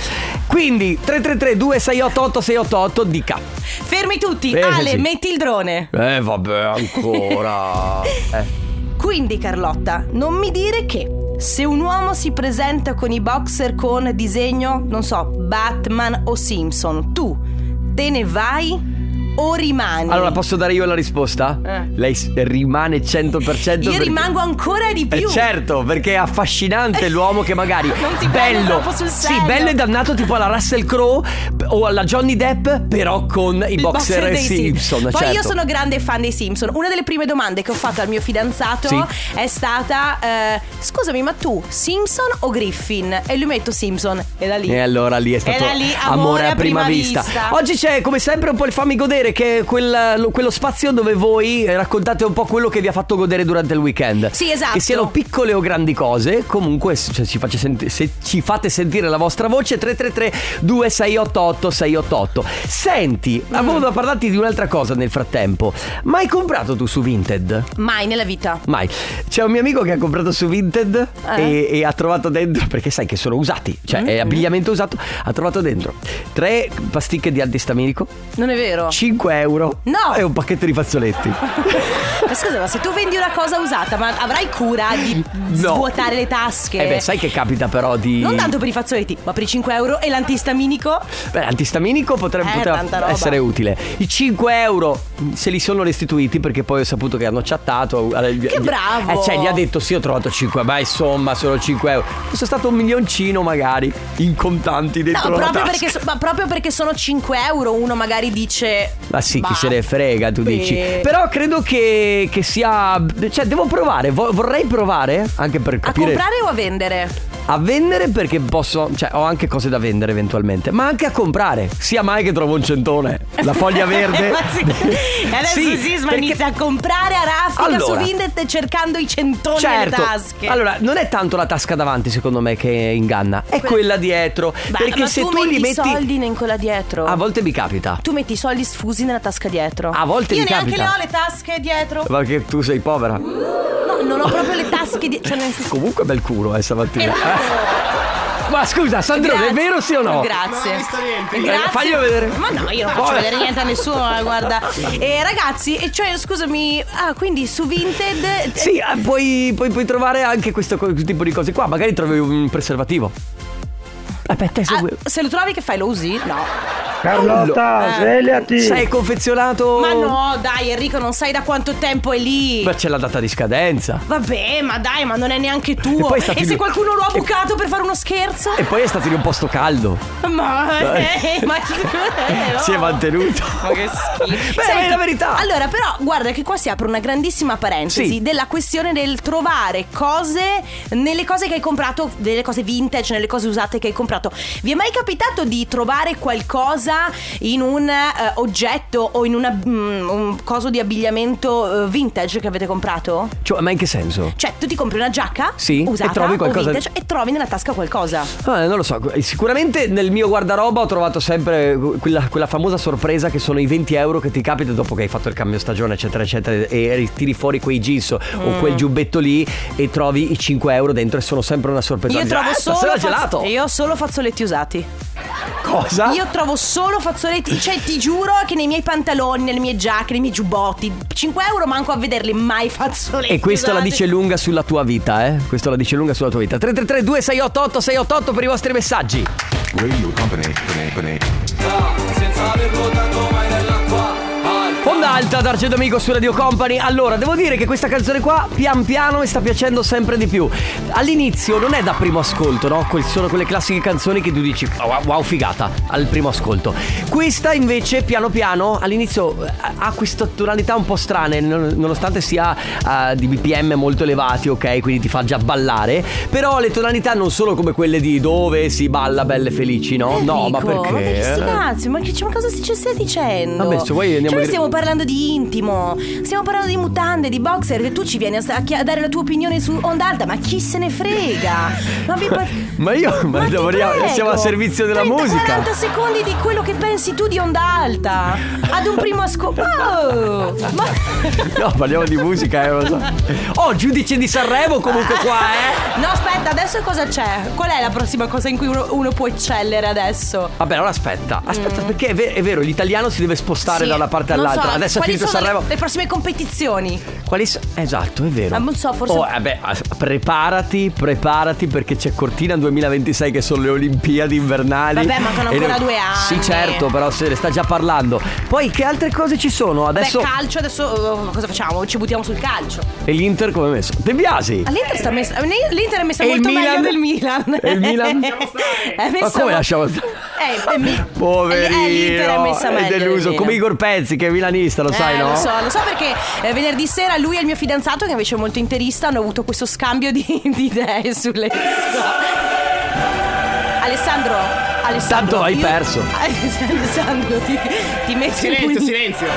[SPEAKER 2] Quindi 333 2688 688 dica.
[SPEAKER 1] Fermi tutti,
[SPEAKER 2] Eh,
[SPEAKER 1] Ale,
[SPEAKER 2] sì.
[SPEAKER 1] metti il drone.
[SPEAKER 2] Eh vabbè, ancora. <laughs> eh.
[SPEAKER 1] Quindi Carlotta, non mi dire che se un uomo si presenta con i boxer con disegno, non so, Batman o Simpson, tu te ne vai o rimani?
[SPEAKER 2] Allora posso dare io la risposta?
[SPEAKER 1] Eh.
[SPEAKER 2] Lei s- rimane 100%
[SPEAKER 1] Io
[SPEAKER 2] perché-
[SPEAKER 1] rimango ancora di
[SPEAKER 2] Eh
[SPEAKER 1] più.
[SPEAKER 2] certo, perché è affascinante l'uomo che magari
[SPEAKER 1] <laughs> Non si prende
[SPEAKER 2] bello,
[SPEAKER 1] troppo sul
[SPEAKER 2] sì,
[SPEAKER 1] serio.
[SPEAKER 2] bello e dannato tipo alla Russell Crowe p- o alla Johnny Depp, però con i
[SPEAKER 1] Il
[SPEAKER 2] boxer,
[SPEAKER 1] dei
[SPEAKER 2] Simpson.
[SPEAKER 1] Poi
[SPEAKER 2] certo.
[SPEAKER 1] io sono grande fan dei Simpson. Una delle prime domande che ho fatto al mio fidanzato
[SPEAKER 2] Sì.
[SPEAKER 1] è stata: eh, Scusami, ma tu Simpson o Griffin? E lui metto Simpson. E da lì.
[SPEAKER 2] E allora lì è stato
[SPEAKER 1] Era lì,
[SPEAKER 2] amore, a prima, vista. Oggi c'è come sempre un po' il fammi godere, che è quel- lo- quello spazio dove voi eh, raccontate un po' quello che vi ha fatto godere durante il weekend.
[SPEAKER 1] Sì, esatto.
[SPEAKER 2] Che siano piccole o grandi cose, comunque se se ci, face senti- se ci fate sentire la vostra voce 333-2688-688. Senti, avevo da parlarti di un'altra cosa nel frattempo. Ma hai comprato tu su Vinted?
[SPEAKER 1] Mai nella vita.
[SPEAKER 2] Mai. C'è un mio amico che ha comprato su Vinted
[SPEAKER 1] Eh. Mm-hmm.
[SPEAKER 2] e, e ha trovato dentro, perché sai che sono usati, cioè è abbigliamento usato, ha trovato dentro tre pasticche di antistaminico,
[SPEAKER 1] Non è vero?
[SPEAKER 2] 5 euro
[SPEAKER 1] Oh. No.
[SPEAKER 2] e un pacchetto di
[SPEAKER 1] <laughs>
[SPEAKER 2] fazzoletti.
[SPEAKER 1] Ma scusa, ma se tu vendi una cosa usata, ma avrai cura di svuotare le tasche?
[SPEAKER 2] Eh beh, sai che capita però di...
[SPEAKER 1] Non tanto per i fazzoletti, ma per i 5 euro e l'antistaminico?
[SPEAKER 2] Beh, l'antistaminico potrebbe
[SPEAKER 1] Eh,
[SPEAKER 2] poteva
[SPEAKER 1] tanta roba.
[SPEAKER 2] essere utile. I 5 euro se li sono restituiti perché poi ho saputo che hanno chattato. Che
[SPEAKER 1] bravo!
[SPEAKER 2] Eh, cioè, gli ha detto sì, ho trovato 5, ma insomma, sono 5 euro. Fosse stato un milioncino magari in contanti
[SPEAKER 1] No,
[SPEAKER 2] dentro la
[SPEAKER 1] proprio
[SPEAKER 2] tasca.
[SPEAKER 1] perché, so- ma proprio perché sono 5 euro, uno magari dice.
[SPEAKER 2] Ma sì, chi
[SPEAKER 1] Bah.
[SPEAKER 2] se ne frega, tu
[SPEAKER 1] Beh.
[SPEAKER 2] dici. Però credo che, che sia. Cioè, devo provare. vo- vorrei provare anche per
[SPEAKER 1] A
[SPEAKER 2] capire.
[SPEAKER 1] comprare o a vendere?
[SPEAKER 2] A vendere perché posso. Cioè, ho anche cose da vendere eventualmente. Ma anche a comprare. Sia mai che trovo un centone. La foglia
[SPEAKER 1] <laughs>
[SPEAKER 2] verde.
[SPEAKER 1] Eh, Ma
[SPEAKER 2] <laughs>
[SPEAKER 1] sì. E adesso
[SPEAKER 2] Sì,
[SPEAKER 1] Sisma
[SPEAKER 2] perché-
[SPEAKER 1] inizia a comprare a raffica
[SPEAKER 2] Allora.
[SPEAKER 1] su Vinted cercando i centoni
[SPEAKER 2] Certo.
[SPEAKER 1] nelle tasche.
[SPEAKER 2] Allora, non è tanto la tasca davanti, secondo me, che inganna, è quella dietro.
[SPEAKER 1] Beh,
[SPEAKER 2] perché
[SPEAKER 1] ma
[SPEAKER 2] se
[SPEAKER 1] tu,
[SPEAKER 2] tu, li
[SPEAKER 1] metti
[SPEAKER 2] metti.
[SPEAKER 1] i soldi in quella dietro.
[SPEAKER 2] A volte mi capita.
[SPEAKER 1] Tu metti i soldi sfusi nella tasca dietro.
[SPEAKER 2] A volte
[SPEAKER 1] Io
[SPEAKER 2] mi
[SPEAKER 1] neanche
[SPEAKER 2] capita.
[SPEAKER 1] le ho le tasche dietro.
[SPEAKER 2] Ma che tu sei povera.
[SPEAKER 1] No, non ho proprio le tasche dietro. Cioè, nel senso-
[SPEAKER 2] Comunque bel culo, eh, stamattina. Eh. Ma scusa, Sandrone, è
[SPEAKER 1] Grazie.
[SPEAKER 2] vero sì o no?
[SPEAKER 1] Grazie.
[SPEAKER 3] Non ho visto niente.
[SPEAKER 1] Grazie.
[SPEAKER 2] Eh, faglielo vedere.
[SPEAKER 1] Ma no, io non faccio
[SPEAKER 2] Poi-
[SPEAKER 1] vedere niente a nessuno, eh, guarda. E ragazzi, e cioè, scusami, ah, quindi su Vinted. eh,
[SPEAKER 2] Sì, eh, puoi, puoi- puoi trovare anche questo co- tipo di cose qua. Magari trovi un preservativo. Eh beh, te
[SPEAKER 1] ah,
[SPEAKER 2] segui.
[SPEAKER 1] se lo trovi che fai, lo usi? No.
[SPEAKER 2] Carlotta,
[SPEAKER 1] svegliati.
[SPEAKER 2] Sei confezionato.
[SPEAKER 1] Ma no, dai, Enrico, non sai da quanto tempo è lì.
[SPEAKER 2] Ma c'è la data di scadenza.
[SPEAKER 1] Vabbè, ma dai, ma non è neanche tuo.
[SPEAKER 2] E poi sta
[SPEAKER 1] E, se
[SPEAKER 2] finito-
[SPEAKER 1] qualcuno lo ha bucato per fare uno scherzo?
[SPEAKER 2] E poi è stato in un posto caldo.
[SPEAKER 1] Ma, eh,
[SPEAKER 2] Dai.
[SPEAKER 1] ma <laughs> eh,
[SPEAKER 2] Si è mantenuto. Ma che schifo. <laughs> Beh,
[SPEAKER 1] Senti,
[SPEAKER 2] è la verità.
[SPEAKER 1] Allora, però, guarda che qua si apre una grandissima parentesi
[SPEAKER 2] Sì.
[SPEAKER 1] della questione del trovare cose nelle cose che hai comprato, delle cose vintage, nelle cose usate che hai comprato. Vi è mai capitato di trovare qualcosa in un eh, oggetto o in una, mm, un coso di abbigliamento eh, vintage che avete comprato?
[SPEAKER 2] Cioè, ma in che senso?
[SPEAKER 1] Cioè, tu ti compri una giacca
[SPEAKER 2] Sì, e
[SPEAKER 1] usata
[SPEAKER 2] trovi qualcosa-
[SPEAKER 1] o vintage e trovi nella tasca qualcosa.
[SPEAKER 2] Ah, non lo so, sicuramente nel mio guardaroba ho trovato sempre quella, quella famosa sorpresa che sono i 20 euro che ti capita dopo che hai fatto il cambio stagione, eccetera, eccetera, e ri- tiri fuori quei jeans o
[SPEAKER 1] Mm.
[SPEAKER 2] quel giubbetto lì e trovi i 5 euro dentro e sono sempre una sorpresa.
[SPEAKER 1] Io
[SPEAKER 2] Dici,
[SPEAKER 1] trovo
[SPEAKER 2] "Ah,
[SPEAKER 1] solo
[SPEAKER 2] stasera
[SPEAKER 1] fazz-
[SPEAKER 2] gelato!
[SPEAKER 1] Io ho solo fazzoletti usati.
[SPEAKER 2] Cosa?
[SPEAKER 1] Io trovo solo fazzoletti. Cioè, ti giuro che nei miei pantaloni, nelle mie giacche, nei miei giubbotti, 5 euro manco a vederli mai fazzoletti.
[SPEAKER 2] E questa la
[SPEAKER 1] usati.
[SPEAKER 2] dice lunga sulla tua vita, eh? Questo la dice lunga sulla tua vita. 333 2688 688 per i vostri messaggi.
[SPEAKER 17] Senza aver votato mai nell'acqua
[SPEAKER 2] Onda alta ad Argento Amico su Radio Company. Allora, devo dire che questa canzone qua pian piano mi sta piacendo sempre di più. All'inizio non è da primo ascolto, no? Que- sono quelle classiche canzoni che tu dici wow, wow, figata al primo ascolto. Questa invece piano piano all'inizio eh, ha queste tonalità un po' strane, non- nonostante sia eh, di BPM molto elevati, ok? Quindi ti fa già ballare, però le tonalità non sono come quelle di dove si balla belle felici, no? no, ma
[SPEAKER 1] Eh, Enrico,
[SPEAKER 2] perché? Eh.
[SPEAKER 1] Ma che sti cazzi? Ma, che, cioè, ma cosa ci stai dicendo?
[SPEAKER 2] Vabbè, se vuoi andiamo
[SPEAKER 1] Cioè, noi
[SPEAKER 2] dire-
[SPEAKER 1] stiamo parlando di intimo. Stiamo parlando di mutande, di boxer, che tu ci vieni a, a chi- a dare la tua opinione su Onda Alta, ma chi se ne frega? Ma vi
[SPEAKER 2] <laughs> Ma io, ma,
[SPEAKER 1] ti
[SPEAKER 2] lavoriamo-
[SPEAKER 1] prego.
[SPEAKER 2] siamo a servizio della
[SPEAKER 1] 30,
[SPEAKER 2] musica.
[SPEAKER 1] 40 secondi di quello che pensi tu di Onda Alta. Ad un primo
[SPEAKER 2] <laughs>
[SPEAKER 1] ascolto. Oh, ma
[SPEAKER 2] No, parliamo di musica, eh, lo so. Oh, giudice di Sanremo comunque
[SPEAKER 1] <laughs>
[SPEAKER 2] qua, eh.
[SPEAKER 1] No, aspetta, adesso cosa c'è? Qual è la prossima cosa in cui uno, uno può eccellere adesso?
[SPEAKER 2] Vabbè, allora aspetta, aspetta, perché è ve- è vero, l'italiano si deve spostare
[SPEAKER 1] Mm. Sì,
[SPEAKER 2] da una parte
[SPEAKER 1] non
[SPEAKER 2] all'altra.
[SPEAKER 1] so,
[SPEAKER 2] Adesso è
[SPEAKER 1] quali
[SPEAKER 2] finito
[SPEAKER 1] sono le-
[SPEAKER 2] Sanremo.
[SPEAKER 1] Le, prossime competizioni.
[SPEAKER 2] Quali sono? Esatto, è vero.
[SPEAKER 1] Ah, non so, forse-
[SPEAKER 2] Oh, vabbè, as- preparati, preparati perché c'è Cortina 2026 che sono le Olimpiadi invernali.
[SPEAKER 1] Vabbè, mancano
[SPEAKER 2] E
[SPEAKER 1] ancora due anni.
[SPEAKER 2] Sì, certo, però se ne sta già parlando. Poi che altre cose ci sono? Adesso
[SPEAKER 1] Beh, calcio, adesso eh, cosa facciamo? Ci buttiamo sul calcio.
[SPEAKER 2] e l'Inter come è messo? De Biasi.
[SPEAKER 1] Ah, L'Inter, sta messa- l'Inter è messa
[SPEAKER 2] E il
[SPEAKER 1] molto meglio
[SPEAKER 2] Milan?
[SPEAKER 1] del Milan.
[SPEAKER 2] E il Milan?
[SPEAKER 1] <laughs> è
[SPEAKER 2] Ma
[SPEAKER 1] messa
[SPEAKER 2] come lasciamo stare?
[SPEAKER 1] Eh, eh, mi-
[SPEAKER 2] Poverino,
[SPEAKER 1] Eh, l'Inter è messa meglio del
[SPEAKER 2] deluso,
[SPEAKER 1] Milan.
[SPEAKER 2] come Igor Pezzi che è milanista, lo sai,
[SPEAKER 1] Eh,
[SPEAKER 2] no?
[SPEAKER 1] Lo so, lo so perché eh, venerdì sera lui e il mio fidanzato, che invece è molto interista, hanno avuto questo scambio di, <laughs> di idee sulle. <laughs> Alessandro, Alessandro.
[SPEAKER 2] Tanto hai
[SPEAKER 1] io-
[SPEAKER 2] perso.
[SPEAKER 1] <laughs> Alessandro, ti, ti metto in
[SPEAKER 3] Silenzio,
[SPEAKER 1] pugni-
[SPEAKER 3] silenzio.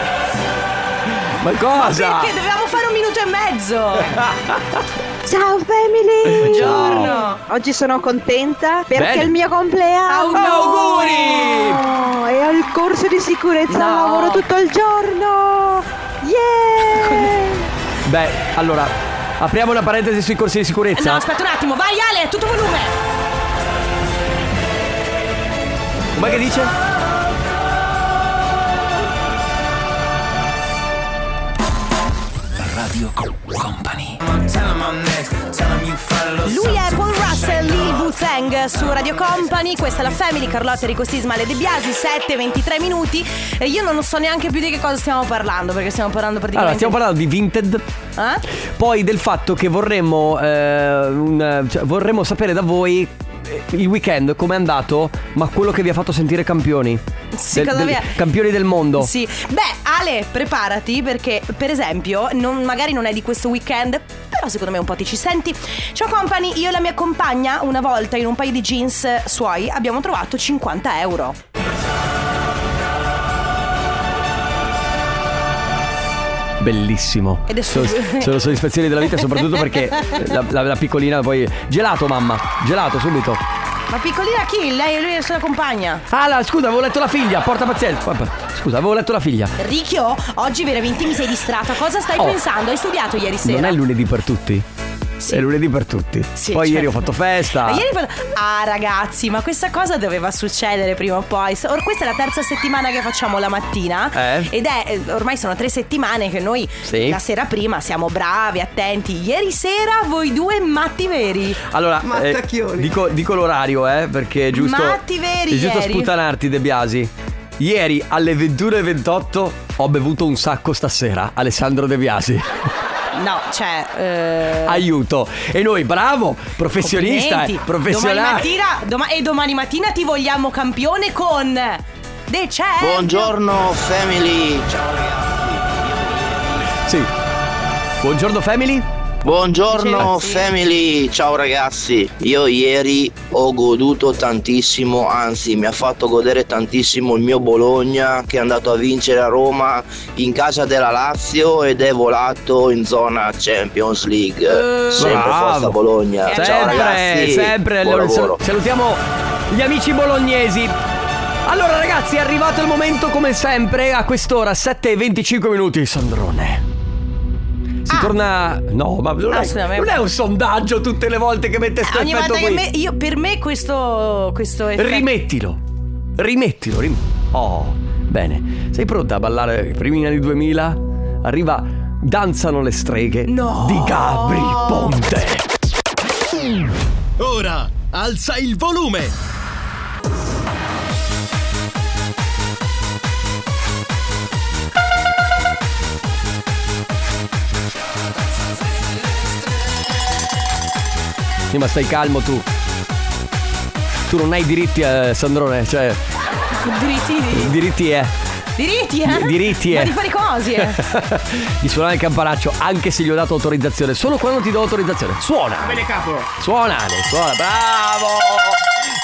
[SPEAKER 2] Ma cosa?
[SPEAKER 1] Perché dovevamo fare un minuto e mezzo.
[SPEAKER 12] Ciao family!
[SPEAKER 1] Buongiorno.
[SPEAKER 12] Oggi sono contenta perché
[SPEAKER 1] Bene.
[SPEAKER 12] è il mio
[SPEAKER 2] Oh.
[SPEAKER 12] compleanno!
[SPEAKER 1] Auguri!
[SPEAKER 12] E ho il corso di sicurezza
[SPEAKER 1] No.
[SPEAKER 12] al lavoro tutto il giorno! Yeah!
[SPEAKER 2] Beh, allora, apriamo una parentesi sui corsi di sicurezza.
[SPEAKER 1] No, aspetta un attimo, vai Ale, a tutto volume.
[SPEAKER 2] Ma che dice?
[SPEAKER 17] Radio Company.
[SPEAKER 1] Lui è Paul Russell, Lil Wu Tang su Radio Company, questa è la Family, Carlotta Rico Sisma, Le De Biasi, 7, 23 minuti e io non so neanche più di che cosa stiamo parlando perché stiamo parlando
[SPEAKER 2] Allora,
[SPEAKER 1] praticamente...
[SPEAKER 2] stiamo parlando di Vinted.
[SPEAKER 1] Eh?
[SPEAKER 2] Poi del fatto che vorremmo, eh, un- cioè, vorremmo sapere da voi eh, il weekend com'è andato, ma quello che vi ha fatto sentire campioni.
[SPEAKER 1] Sì, Eh? cosa vi ha-
[SPEAKER 2] Campioni del mondo.
[SPEAKER 1] Sì, beh Ale, preparati perché per esempio non- magari non è di questo weekend, però secondo me un po' ti ci senti. Ciao company, io e la mia compagna una volta in un paio di jeans eh, suoi abbiamo trovato 50 euro.
[SPEAKER 2] Bellissimo.
[SPEAKER 1] Ed è
[SPEAKER 2] sono, <laughs>
[SPEAKER 1] subito-
[SPEAKER 2] sono soddisfazioni della vita, soprattutto
[SPEAKER 1] <laughs>
[SPEAKER 2] perché la, la- la piccolina poi. Gelato, mamma. Gelato subito.
[SPEAKER 1] Ma piccolina chi? Lei e lui e la sua compagna?
[SPEAKER 2] Ah, la- scusa, avevo letto la figlia. Porta pazienza. Vabbè, Scusa, avevo letto la figlia.
[SPEAKER 1] Ricchio, oggi veramente mi sei distratto. Cosa stai
[SPEAKER 2] Oh.
[SPEAKER 1] pensando? Hai studiato ieri
[SPEAKER 2] Non
[SPEAKER 1] sera?
[SPEAKER 2] è lunedì per tutti. È lunedì per tutti. Poi ieri ho fatto festa.
[SPEAKER 1] certo. Ma ieri fa- Ah ragazzi, ma questa cosa doveva succedere prima o poi. S- Or questa è la terza settimana che facciamo la mattina.
[SPEAKER 2] Eh.
[SPEAKER 1] Ed è eh, ormai sono tre settimane che noi
[SPEAKER 2] Sì.
[SPEAKER 1] la sera prima siamo bravi, attenti. Ieri sera voi due matti veri.
[SPEAKER 2] Allora, eh, dico, dico l'orario, eh, perché è giusto.
[SPEAKER 1] Matti veri
[SPEAKER 2] È giusto
[SPEAKER 1] ieri.
[SPEAKER 2] sputanarti, De Biasi. Ieri alle 21.28 ho bevuto un sacco stasera, Alessandro De Biasi.
[SPEAKER 1] No, cioè. eh,
[SPEAKER 2] Aiuto. E noi, bravo, professionista, eh,
[SPEAKER 1] complimenti. Domani
[SPEAKER 2] professionale.
[SPEAKER 1] mattina, doma- e domani mattina ti vogliamo campione con. De Cel-
[SPEAKER 7] Buongiorno family! Ciao
[SPEAKER 2] Sì. Buongiorno family.
[SPEAKER 7] Buongiorno family, ciao ragazzi. Io ieri ho goduto tantissimo, anzi mi ha fatto godere tantissimo il mio Bologna che è andato a vincere a Roma in casa della Lazio ed è volato in zona Champions League. sempre
[SPEAKER 2] Eh, Bravo.
[SPEAKER 7] forza Bologna. ciao
[SPEAKER 2] Sempre,
[SPEAKER 7] ragazzi.
[SPEAKER 2] sempre.
[SPEAKER 7] Buon
[SPEAKER 2] Allora,
[SPEAKER 7] lavoro.
[SPEAKER 2] sal- salutiamo gli amici bolognesi. Allora ragazzi, è arrivato il momento come sempre a quest'ora, 7 e 25 minuti, Sandrone. Si torna... No, ma non,
[SPEAKER 1] Ah,
[SPEAKER 2] è,
[SPEAKER 1] scusa, ma-
[SPEAKER 2] non è un sondaggio tutte le volte che mette sto
[SPEAKER 1] Ogni
[SPEAKER 2] effetto
[SPEAKER 1] volta che
[SPEAKER 2] qui.
[SPEAKER 1] me- io, per me questo, questo effetto
[SPEAKER 2] Rimettilo. Rimettilo. rim- oh, bene. Sei pronta a ballare i primi anni 2000? Arriva Danzano le streghe di Gabri Ponte.
[SPEAKER 17] Ora alza il volume.
[SPEAKER 2] Sì, ma stai calmo tu. Tu non hai diritti, eh, Sandrone, cioè
[SPEAKER 1] Diritti
[SPEAKER 2] diritti eh. <laughs>
[SPEAKER 1] Diritti, eh?
[SPEAKER 2] Diritti, eh.
[SPEAKER 1] Ma di fare cosi, eh.
[SPEAKER 2] <laughs> di suonare il campanaccio anche se gli ho dato autorizzazione. Solo quando ti do autorizzazione. Suona.
[SPEAKER 3] Bene capo.
[SPEAKER 2] Suona, Ale, suona, bravo!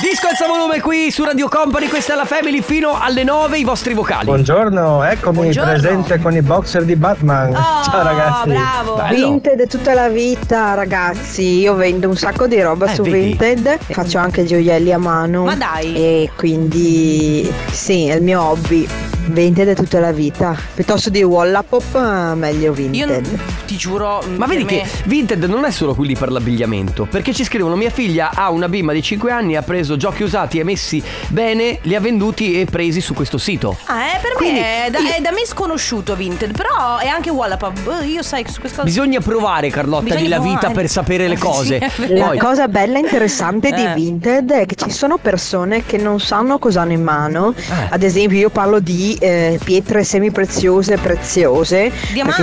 [SPEAKER 2] Disco alza volume qui su Radio Company, questa è la Family fino alle 9 i vostri vocali.
[SPEAKER 18] Buongiorno, eccomi
[SPEAKER 2] Buongiorno.
[SPEAKER 18] presente con i boxer di Batman. <laughs>
[SPEAKER 19] Ah,
[SPEAKER 1] Oh,
[SPEAKER 18] Ciao ragazzi. Bello.
[SPEAKER 12] Vinted è tutta la vita, ragazzi. Io vendo un sacco di roba
[SPEAKER 18] Eh,
[SPEAKER 12] su
[SPEAKER 18] vedi.
[SPEAKER 12] Vinted, faccio anche gioielli a mano.
[SPEAKER 1] Ma dai.
[SPEAKER 12] E quindi sì, è il mio hobby. Vinted è tutta la vita. Piuttosto di Wallapop, eh, meglio Vinted.
[SPEAKER 1] Ti giuro. mm,
[SPEAKER 2] Ma vedi
[SPEAKER 1] per
[SPEAKER 2] che
[SPEAKER 1] me-
[SPEAKER 2] Vinted non è solo quelli per l'abbigliamento, perché ci scrivono mia figlia ha una bimba di 5 anni, ha preso giochi usati e messi bene, li ha venduti e presi su questo sito.
[SPEAKER 1] Ah, eh, per me è da, è da me sconosciuto Vinted, però è anche Wallapop. Eh, Io sai che su questa cosa.
[SPEAKER 2] Bisogna provare Carlotta
[SPEAKER 1] Bisogna
[SPEAKER 2] di la vita
[SPEAKER 1] provare.
[SPEAKER 2] per sapere le
[SPEAKER 1] <laughs> Sì,
[SPEAKER 2] cose.
[SPEAKER 1] è Eh.
[SPEAKER 12] La
[SPEAKER 2] Poi-
[SPEAKER 12] cosa bella e interessante di
[SPEAKER 2] Eh.
[SPEAKER 12] Vinted è che ci sono persone che non sanno cosa hanno in mano.
[SPEAKER 2] eh,
[SPEAKER 12] Ad esempio, io parlo di eh, pietre semipreziose e preziose.
[SPEAKER 1] Diamanti,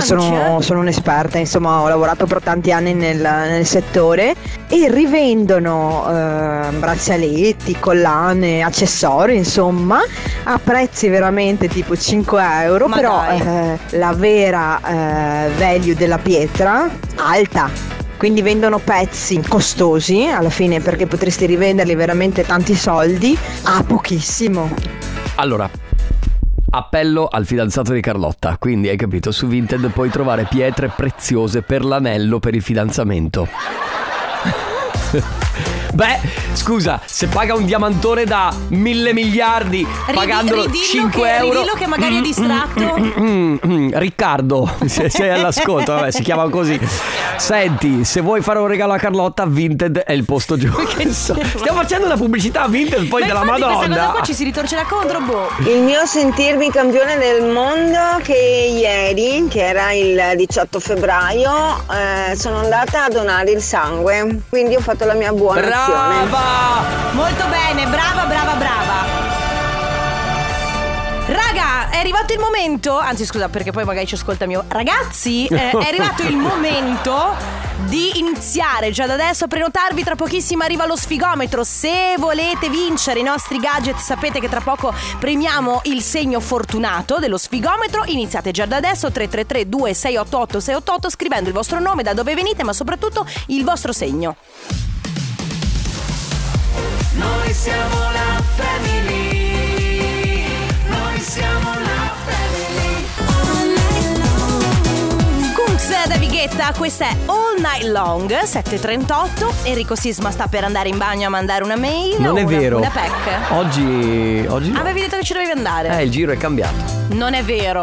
[SPEAKER 12] perché sono,
[SPEAKER 1] eh?
[SPEAKER 12] sono un'esperta, insomma, ho lavorato per tanti anni nel, nel settore. E rivendono eh, braccialetti, collane, accessori, insomma, a prezzi veramente tipo 5 euro.
[SPEAKER 1] Ma
[SPEAKER 12] però
[SPEAKER 1] dai.
[SPEAKER 12] eh, la vera eh, value della pietra alta. Quindi vendono pezzi costosi alla fine perché potresti rivenderli veramente tanti soldi a pochissimo.
[SPEAKER 2] Allora, appello al fidanzato di Carlotta. Quindi hai capito, su Vinted puoi trovare pietre preziose per l'anello per il fidanzamento. <laughs> Beh, scusa, se paga un diamantone da mille miliardi
[SPEAKER 1] Ridi-
[SPEAKER 2] pagandolo
[SPEAKER 1] ridillo
[SPEAKER 2] 5
[SPEAKER 1] che-
[SPEAKER 2] euro.
[SPEAKER 1] ridillo che magari è
[SPEAKER 2] Mm,
[SPEAKER 1] distratto.
[SPEAKER 2] mm, mm, mm, mm.
[SPEAKER 1] <laughs>
[SPEAKER 2] Riccardo, se sei all'ascolto, vabbè, si chiama così. Senti, se vuoi fare un regalo a Carlotta, Vinted è il posto giusto. Stiamo facendo una pubblicità a Vinted poi
[SPEAKER 1] Ma
[SPEAKER 2] della
[SPEAKER 1] infatti
[SPEAKER 2] Madonna.
[SPEAKER 1] Questa cosa qua ci si ritorcerà contro, boh.
[SPEAKER 20] Il mio sentirmi campione del mondo che ieri, che era il 18 febbraio, eh, sono andata a donare il sangue. Quindi ho fatto la mia buona azione.
[SPEAKER 1] Brava! Molto bene, brava, brava, brava. Raga, è arrivato il momento, anzi scusa perché poi magari ci ascolta mio... Ragazzi, eh, è arrivato il momento di iniziare, già da adesso a prenotarvi, tra pochissimo arriva lo sfigometro. Se volete vincere i nostri gadget sapete che tra poco premiamo il segno fortunato dello sfigometro, iniziate già da adesso 333 2688 688 scrivendo il vostro nome, da dove venite ma soprattutto il vostro segno.
[SPEAKER 17] Noi siamo la family. Noi siamo la family.
[SPEAKER 1] Kungs da Vighetta, questa è All Night Long 7.38 Enrico Sisma sta per andare in bagno a mandare una mail
[SPEAKER 2] Non
[SPEAKER 1] o
[SPEAKER 2] è
[SPEAKER 1] una-
[SPEAKER 2] vero.
[SPEAKER 1] Una pec
[SPEAKER 2] Oggi. Oggi. no.
[SPEAKER 1] Avevi detto che ci dovevi andare
[SPEAKER 2] Eh, il giro è cambiato. <laughs>
[SPEAKER 1] Non è vero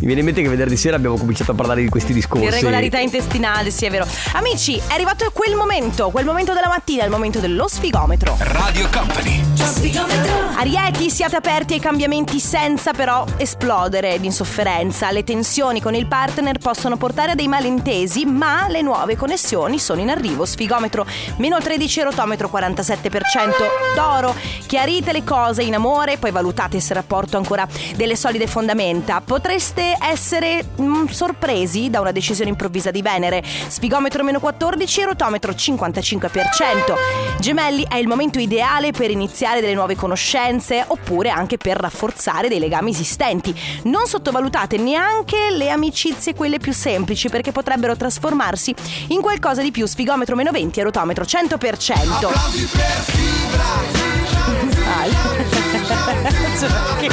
[SPEAKER 2] Mi viene in mente che venerdì sera abbiamo cominciato a parlare di questi discorsi.
[SPEAKER 1] Irregolarità intestinale, sì è vero Amici, è arrivato quel momento Quel momento della mattina, il momento dello sfigometro
[SPEAKER 17] Radio Company.
[SPEAKER 1] Arieti, siate aperti ai cambiamenti senza però esplodere di insofferenza. Le tensioni con il partner possono portare a dei malintesi, ma le nuove connessioni sono in arrivo. Sfigometro meno 13, rotometro 47%. Toro, chiarite le cose in amore, poi valutate se il rapporto ha ancora delle solide fondamenta. Potreste essere mm, sorpresi da una decisione improvvisa di Venere. Sfigometro meno 14, rotometro 55%. Gemelli è il momento ideale per iniziare delle nuove conoscenze oppure anche per rafforzare dei legami esistenti. Non sottovalutate neanche le amicizie, quelle più semplici, perché potrebbero trasformarsi in qualcosa di più. Sfigometro meno 20 e rotometro 100%. Dai.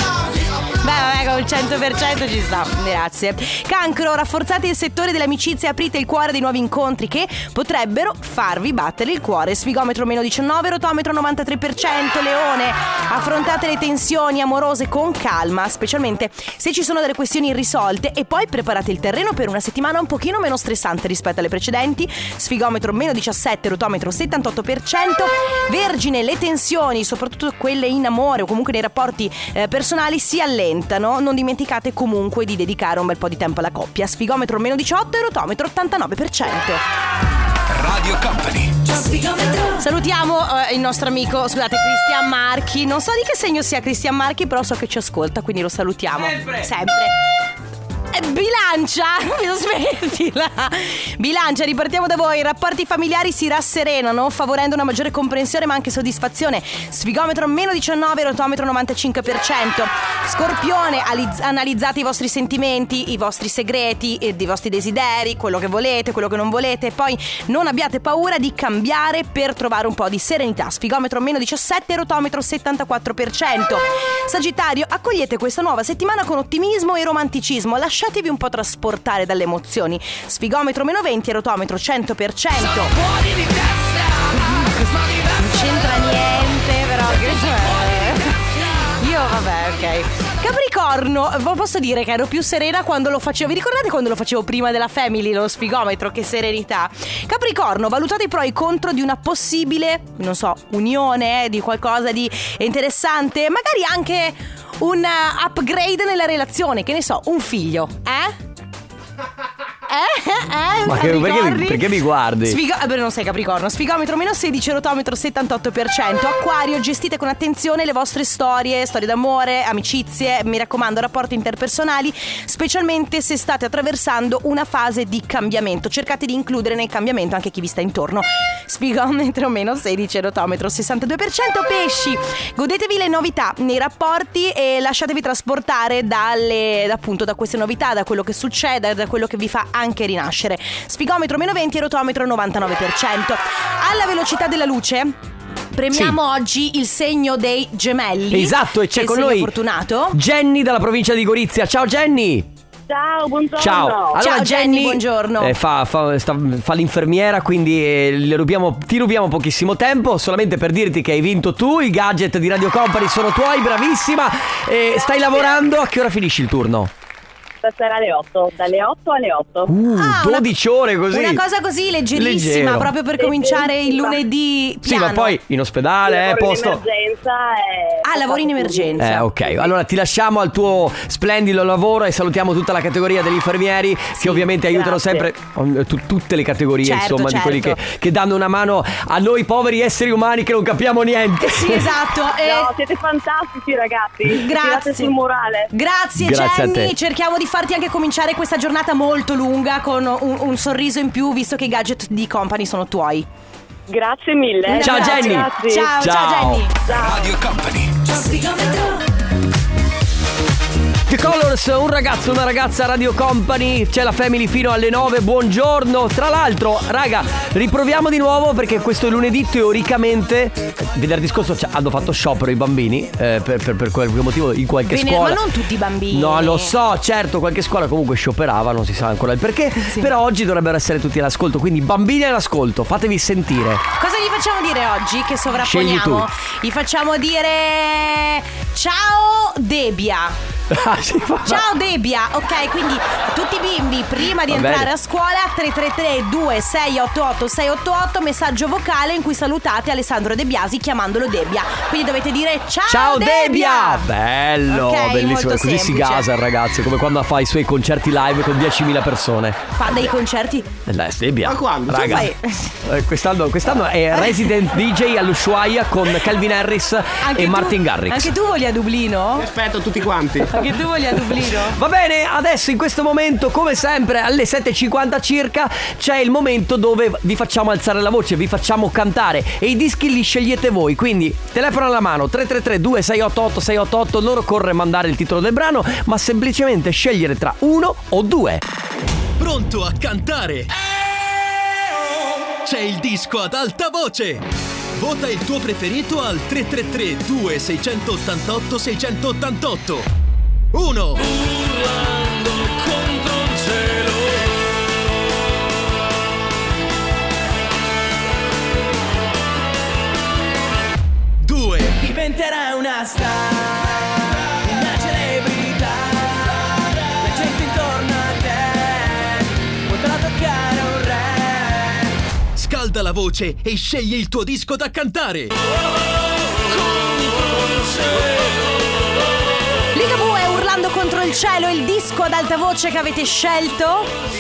[SPEAKER 1] Beh, vabbè, con il 100% ci sta. Grazie. Cancro, rafforzate il settore dell'amicizia e aprite il cuore dei nuovi incontri che potrebbero farvi battere il cuore. Sfigometro meno 19, rotometro 93%. Leone, affrontate le tensioni amorose con calma, specialmente se ci sono delle questioni irrisolte e poi preparate il terreno per una settimana un pochino meno stressante rispetto alle precedenti. Sfigometro meno 17, rotometro 78%. Vergine, le tensioni, soprattutto quelle in amore o comunque nei rapporti eh, personali, si allentano. Non dimenticate comunque di dedicare un bel po' di tempo alla coppia. Sfigometro meno 18 e rotometro 89%.
[SPEAKER 17] Radio Company.
[SPEAKER 1] Salutiamo eh, il nostro amico, scusate, Cristian Marchi. Non so di che segno sia Cristian Marchi, però so che ci ascolta, quindi lo salutiamo. Sempre. Sempre. Eh, bilancia, <laughs> mi smettila. Bilancia, ripartiamo da voi. I rapporti familiari si rasserenano, favorendo una maggiore comprensione ma anche soddisfazione. Sfigometro meno 19, rotometro 95%. Scorpione, aliz- analizzate i vostri sentimenti, i vostri segreti, ed i vostri desideri, quello che volete, quello che non volete. Poi non abbiate paura di cambiare per trovare un po' di serenità. Sfigometro meno 17, rotometro 74%. Sagittario, accogliete questa nuova settimana con ottimismo e romanticismo. Lasciatevi un po' trasportare dalle emozioni. Sfigometro meno 20 e rotometro 100%. Non c'entra niente, però che c'è? Io vabbè, ok. Capricorno, vo- posso dire che ero più serena quando lo facevo. Vi ricordate quando lo facevo prima della Family, lo sfigometro? Che serenità. Capricorno, valutate i pro e i contro di una possibile, non so, unione, eh, di qualcosa di interessante, magari anche un eh, upgrade nella relazione, che ne so, un figlio, eh? Eh, eh, eh,
[SPEAKER 2] Ma che- perché mi-
[SPEAKER 1] Capricorni?
[SPEAKER 2] perché mi guardi?
[SPEAKER 1] Sfigo- eh, beh, non sei Capricorno. Sfigometro meno 16, rotometro 78%. Acquario, gestite con attenzione le vostre storie, storie d'amore, amicizie. Mi raccomando, rapporti interpersonali, specialmente se state attraversando una fase di cambiamento. Cercate di includere nel cambiamento anche chi vi sta intorno. Sfigometro meno 16, rotometro 62%. Pesci, godetevi le novità nei rapporti e lasciatevi trasportare dalle, appunto, da queste novità, da quello che succede, da quello che vi fa anche rinascere. Sfigometro meno 20 e rotometro 99%. Alla velocità della luce. Premiamo oggi il segno dei gemelli.
[SPEAKER 2] Esatto, e c'è
[SPEAKER 1] il
[SPEAKER 2] con
[SPEAKER 1] segno
[SPEAKER 2] noi
[SPEAKER 1] fortunato.
[SPEAKER 2] Jenny dalla provincia di Gorizia. Ciao Jenny!
[SPEAKER 19] Ciao, buongiorno.
[SPEAKER 2] Ciao, allora
[SPEAKER 1] Ciao, Jenny,
[SPEAKER 2] Jenny,
[SPEAKER 1] buongiorno.
[SPEAKER 2] eh, fa, fa- sta- fa l'infermiera, quindi eh, le rubiamo- ti rubiamo pochissimo tempo solamente per dirti che hai vinto tu, i gadget di Radio Company sono tuoi, bravissima. E stai lavorando, a che ora finisci il turno?
[SPEAKER 19] Stasera alle 8, dalle 8 alle 8.
[SPEAKER 2] Uh,
[SPEAKER 1] Ah, una-
[SPEAKER 2] 12 ore così.
[SPEAKER 1] Una cosa così leggerissima,
[SPEAKER 2] Leggero.
[SPEAKER 1] proprio per cominciare il lunedì
[SPEAKER 2] Sì,
[SPEAKER 1] piano.
[SPEAKER 2] ma poi in ospedale, eh, posto.
[SPEAKER 19] emergenza
[SPEAKER 1] Ah, lavori in emergenza.
[SPEAKER 2] Eh, ok. Allora ti lasciamo al tuo splendido lavoro e salutiamo tutta la categoria degli infermieri che ovviamente aiutano sempre eh, tu- tutte le categorie,
[SPEAKER 1] Certo,
[SPEAKER 2] insomma, di
[SPEAKER 1] certo.
[SPEAKER 2] quelli che, che danno una mano a noi poveri esseri umani che non capiamo niente.
[SPEAKER 1] Sì,
[SPEAKER 2] <laughs>
[SPEAKER 1] esatto.
[SPEAKER 19] No, siete fantastici ragazzi.
[SPEAKER 1] Grazie.
[SPEAKER 19] Tirate sul murale.
[SPEAKER 1] Grazie,
[SPEAKER 2] Grazie a
[SPEAKER 1] Jenny,
[SPEAKER 2] te.
[SPEAKER 1] cerchiamo di farti anche cominciare questa giornata molto lunga con un, un sorriso in più visto che i gadget di Company sono tuoi.
[SPEAKER 19] Grazie mille.
[SPEAKER 2] Eh, Ciao,
[SPEAKER 19] Grazie,
[SPEAKER 2] Jenny.
[SPEAKER 19] grazie.
[SPEAKER 1] Ciao, ciao,
[SPEAKER 2] Ciao.
[SPEAKER 1] Jenny.
[SPEAKER 17] Radio Company.
[SPEAKER 2] The Colors, un ragazzo, una ragazza Radio Company, c'è la Family fino alle 9, buongiorno. Tra l'altro, raga, riproviamo di nuovo perché questo lunedì teoricamente, eh, venerdì scorso cioè, hanno fatto sciopero i bambini eh, per, per- per qualche motivo in qualche
[SPEAKER 1] Bene,
[SPEAKER 2] scuola.
[SPEAKER 1] ma non tutti i bambini.
[SPEAKER 2] No, lo so, certo, qualche scuola comunque scioperava, non si sa ancora il
[SPEAKER 1] <laughs>
[SPEAKER 2] perché, però oggi dovrebbero essere tutti all'ascolto, quindi bambini all'ascolto, fatevi
[SPEAKER 1] <laughs>
[SPEAKER 2] sentire. <laughs>
[SPEAKER 1] Cosa gli facciamo dire oggi che sovrapponiamo? Gli facciamo dire ciao Debia.
[SPEAKER 2] Ah, si fa-
[SPEAKER 1] Ciao Debia, ok quindi tutti i bimbi prima di
[SPEAKER 2] Va
[SPEAKER 1] entrare
[SPEAKER 2] bene.
[SPEAKER 1] a scuola 333 2688 688 messaggio vocale in cui salutate Alessandro De Biasi chiamandolo Debia quindi dovete dire ciao,
[SPEAKER 2] Ciao Debia! Bello,
[SPEAKER 1] Ok,
[SPEAKER 2] bellissimo.
[SPEAKER 1] molto
[SPEAKER 2] Così si
[SPEAKER 1] semplice.
[SPEAKER 2] gasa il ragazzo, come quando fa i suoi concerti live con 10.000 persone.
[SPEAKER 1] Fa dei concerti
[SPEAKER 2] Eh, dai, Debia.
[SPEAKER 1] Ma quando?
[SPEAKER 2] Raga.
[SPEAKER 1] Tu
[SPEAKER 2] eh, quest'anno, quest'anno
[SPEAKER 1] <laughs>
[SPEAKER 2] è Resident DJ all'Ushuaia con Calvin Harris
[SPEAKER 1] Anche
[SPEAKER 2] e
[SPEAKER 1] tu-
[SPEAKER 2] Martin Garrix.
[SPEAKER 1] Anche tu voglia a Dublino?
[SPEAKER 3] Aspetto tutti quanti.
[SPEAKER 1] Anche tu voglia a Dublino?
[SPEAKER 2] Va bene, adesso in questo momento, come sempre, alle 7.50 circa, c'è il momento dove vi facciamo alzare la voce, vi facciamo cantare e i dischi li scegliete voi. Quindi, telefono alla mano 333-2688-688, non occorre mandare il titolo del brano, ma semplicemente scegliere tra uno o due.
[SPEAKER 17] Pronto a cantare? C'è il disco ad alta voce. Vota il tuo preferito al 333 2688 688. 1 Urlando contro il cielo. Due Diventerà una star, una celebrità. La gente intorno a te potrà toccare un re. Scalda la voce e scegli il tuo disco da cantare.
[SPEAKER 1] Ligabue urlando contro il cielo il disco ad alta voce che avete scelto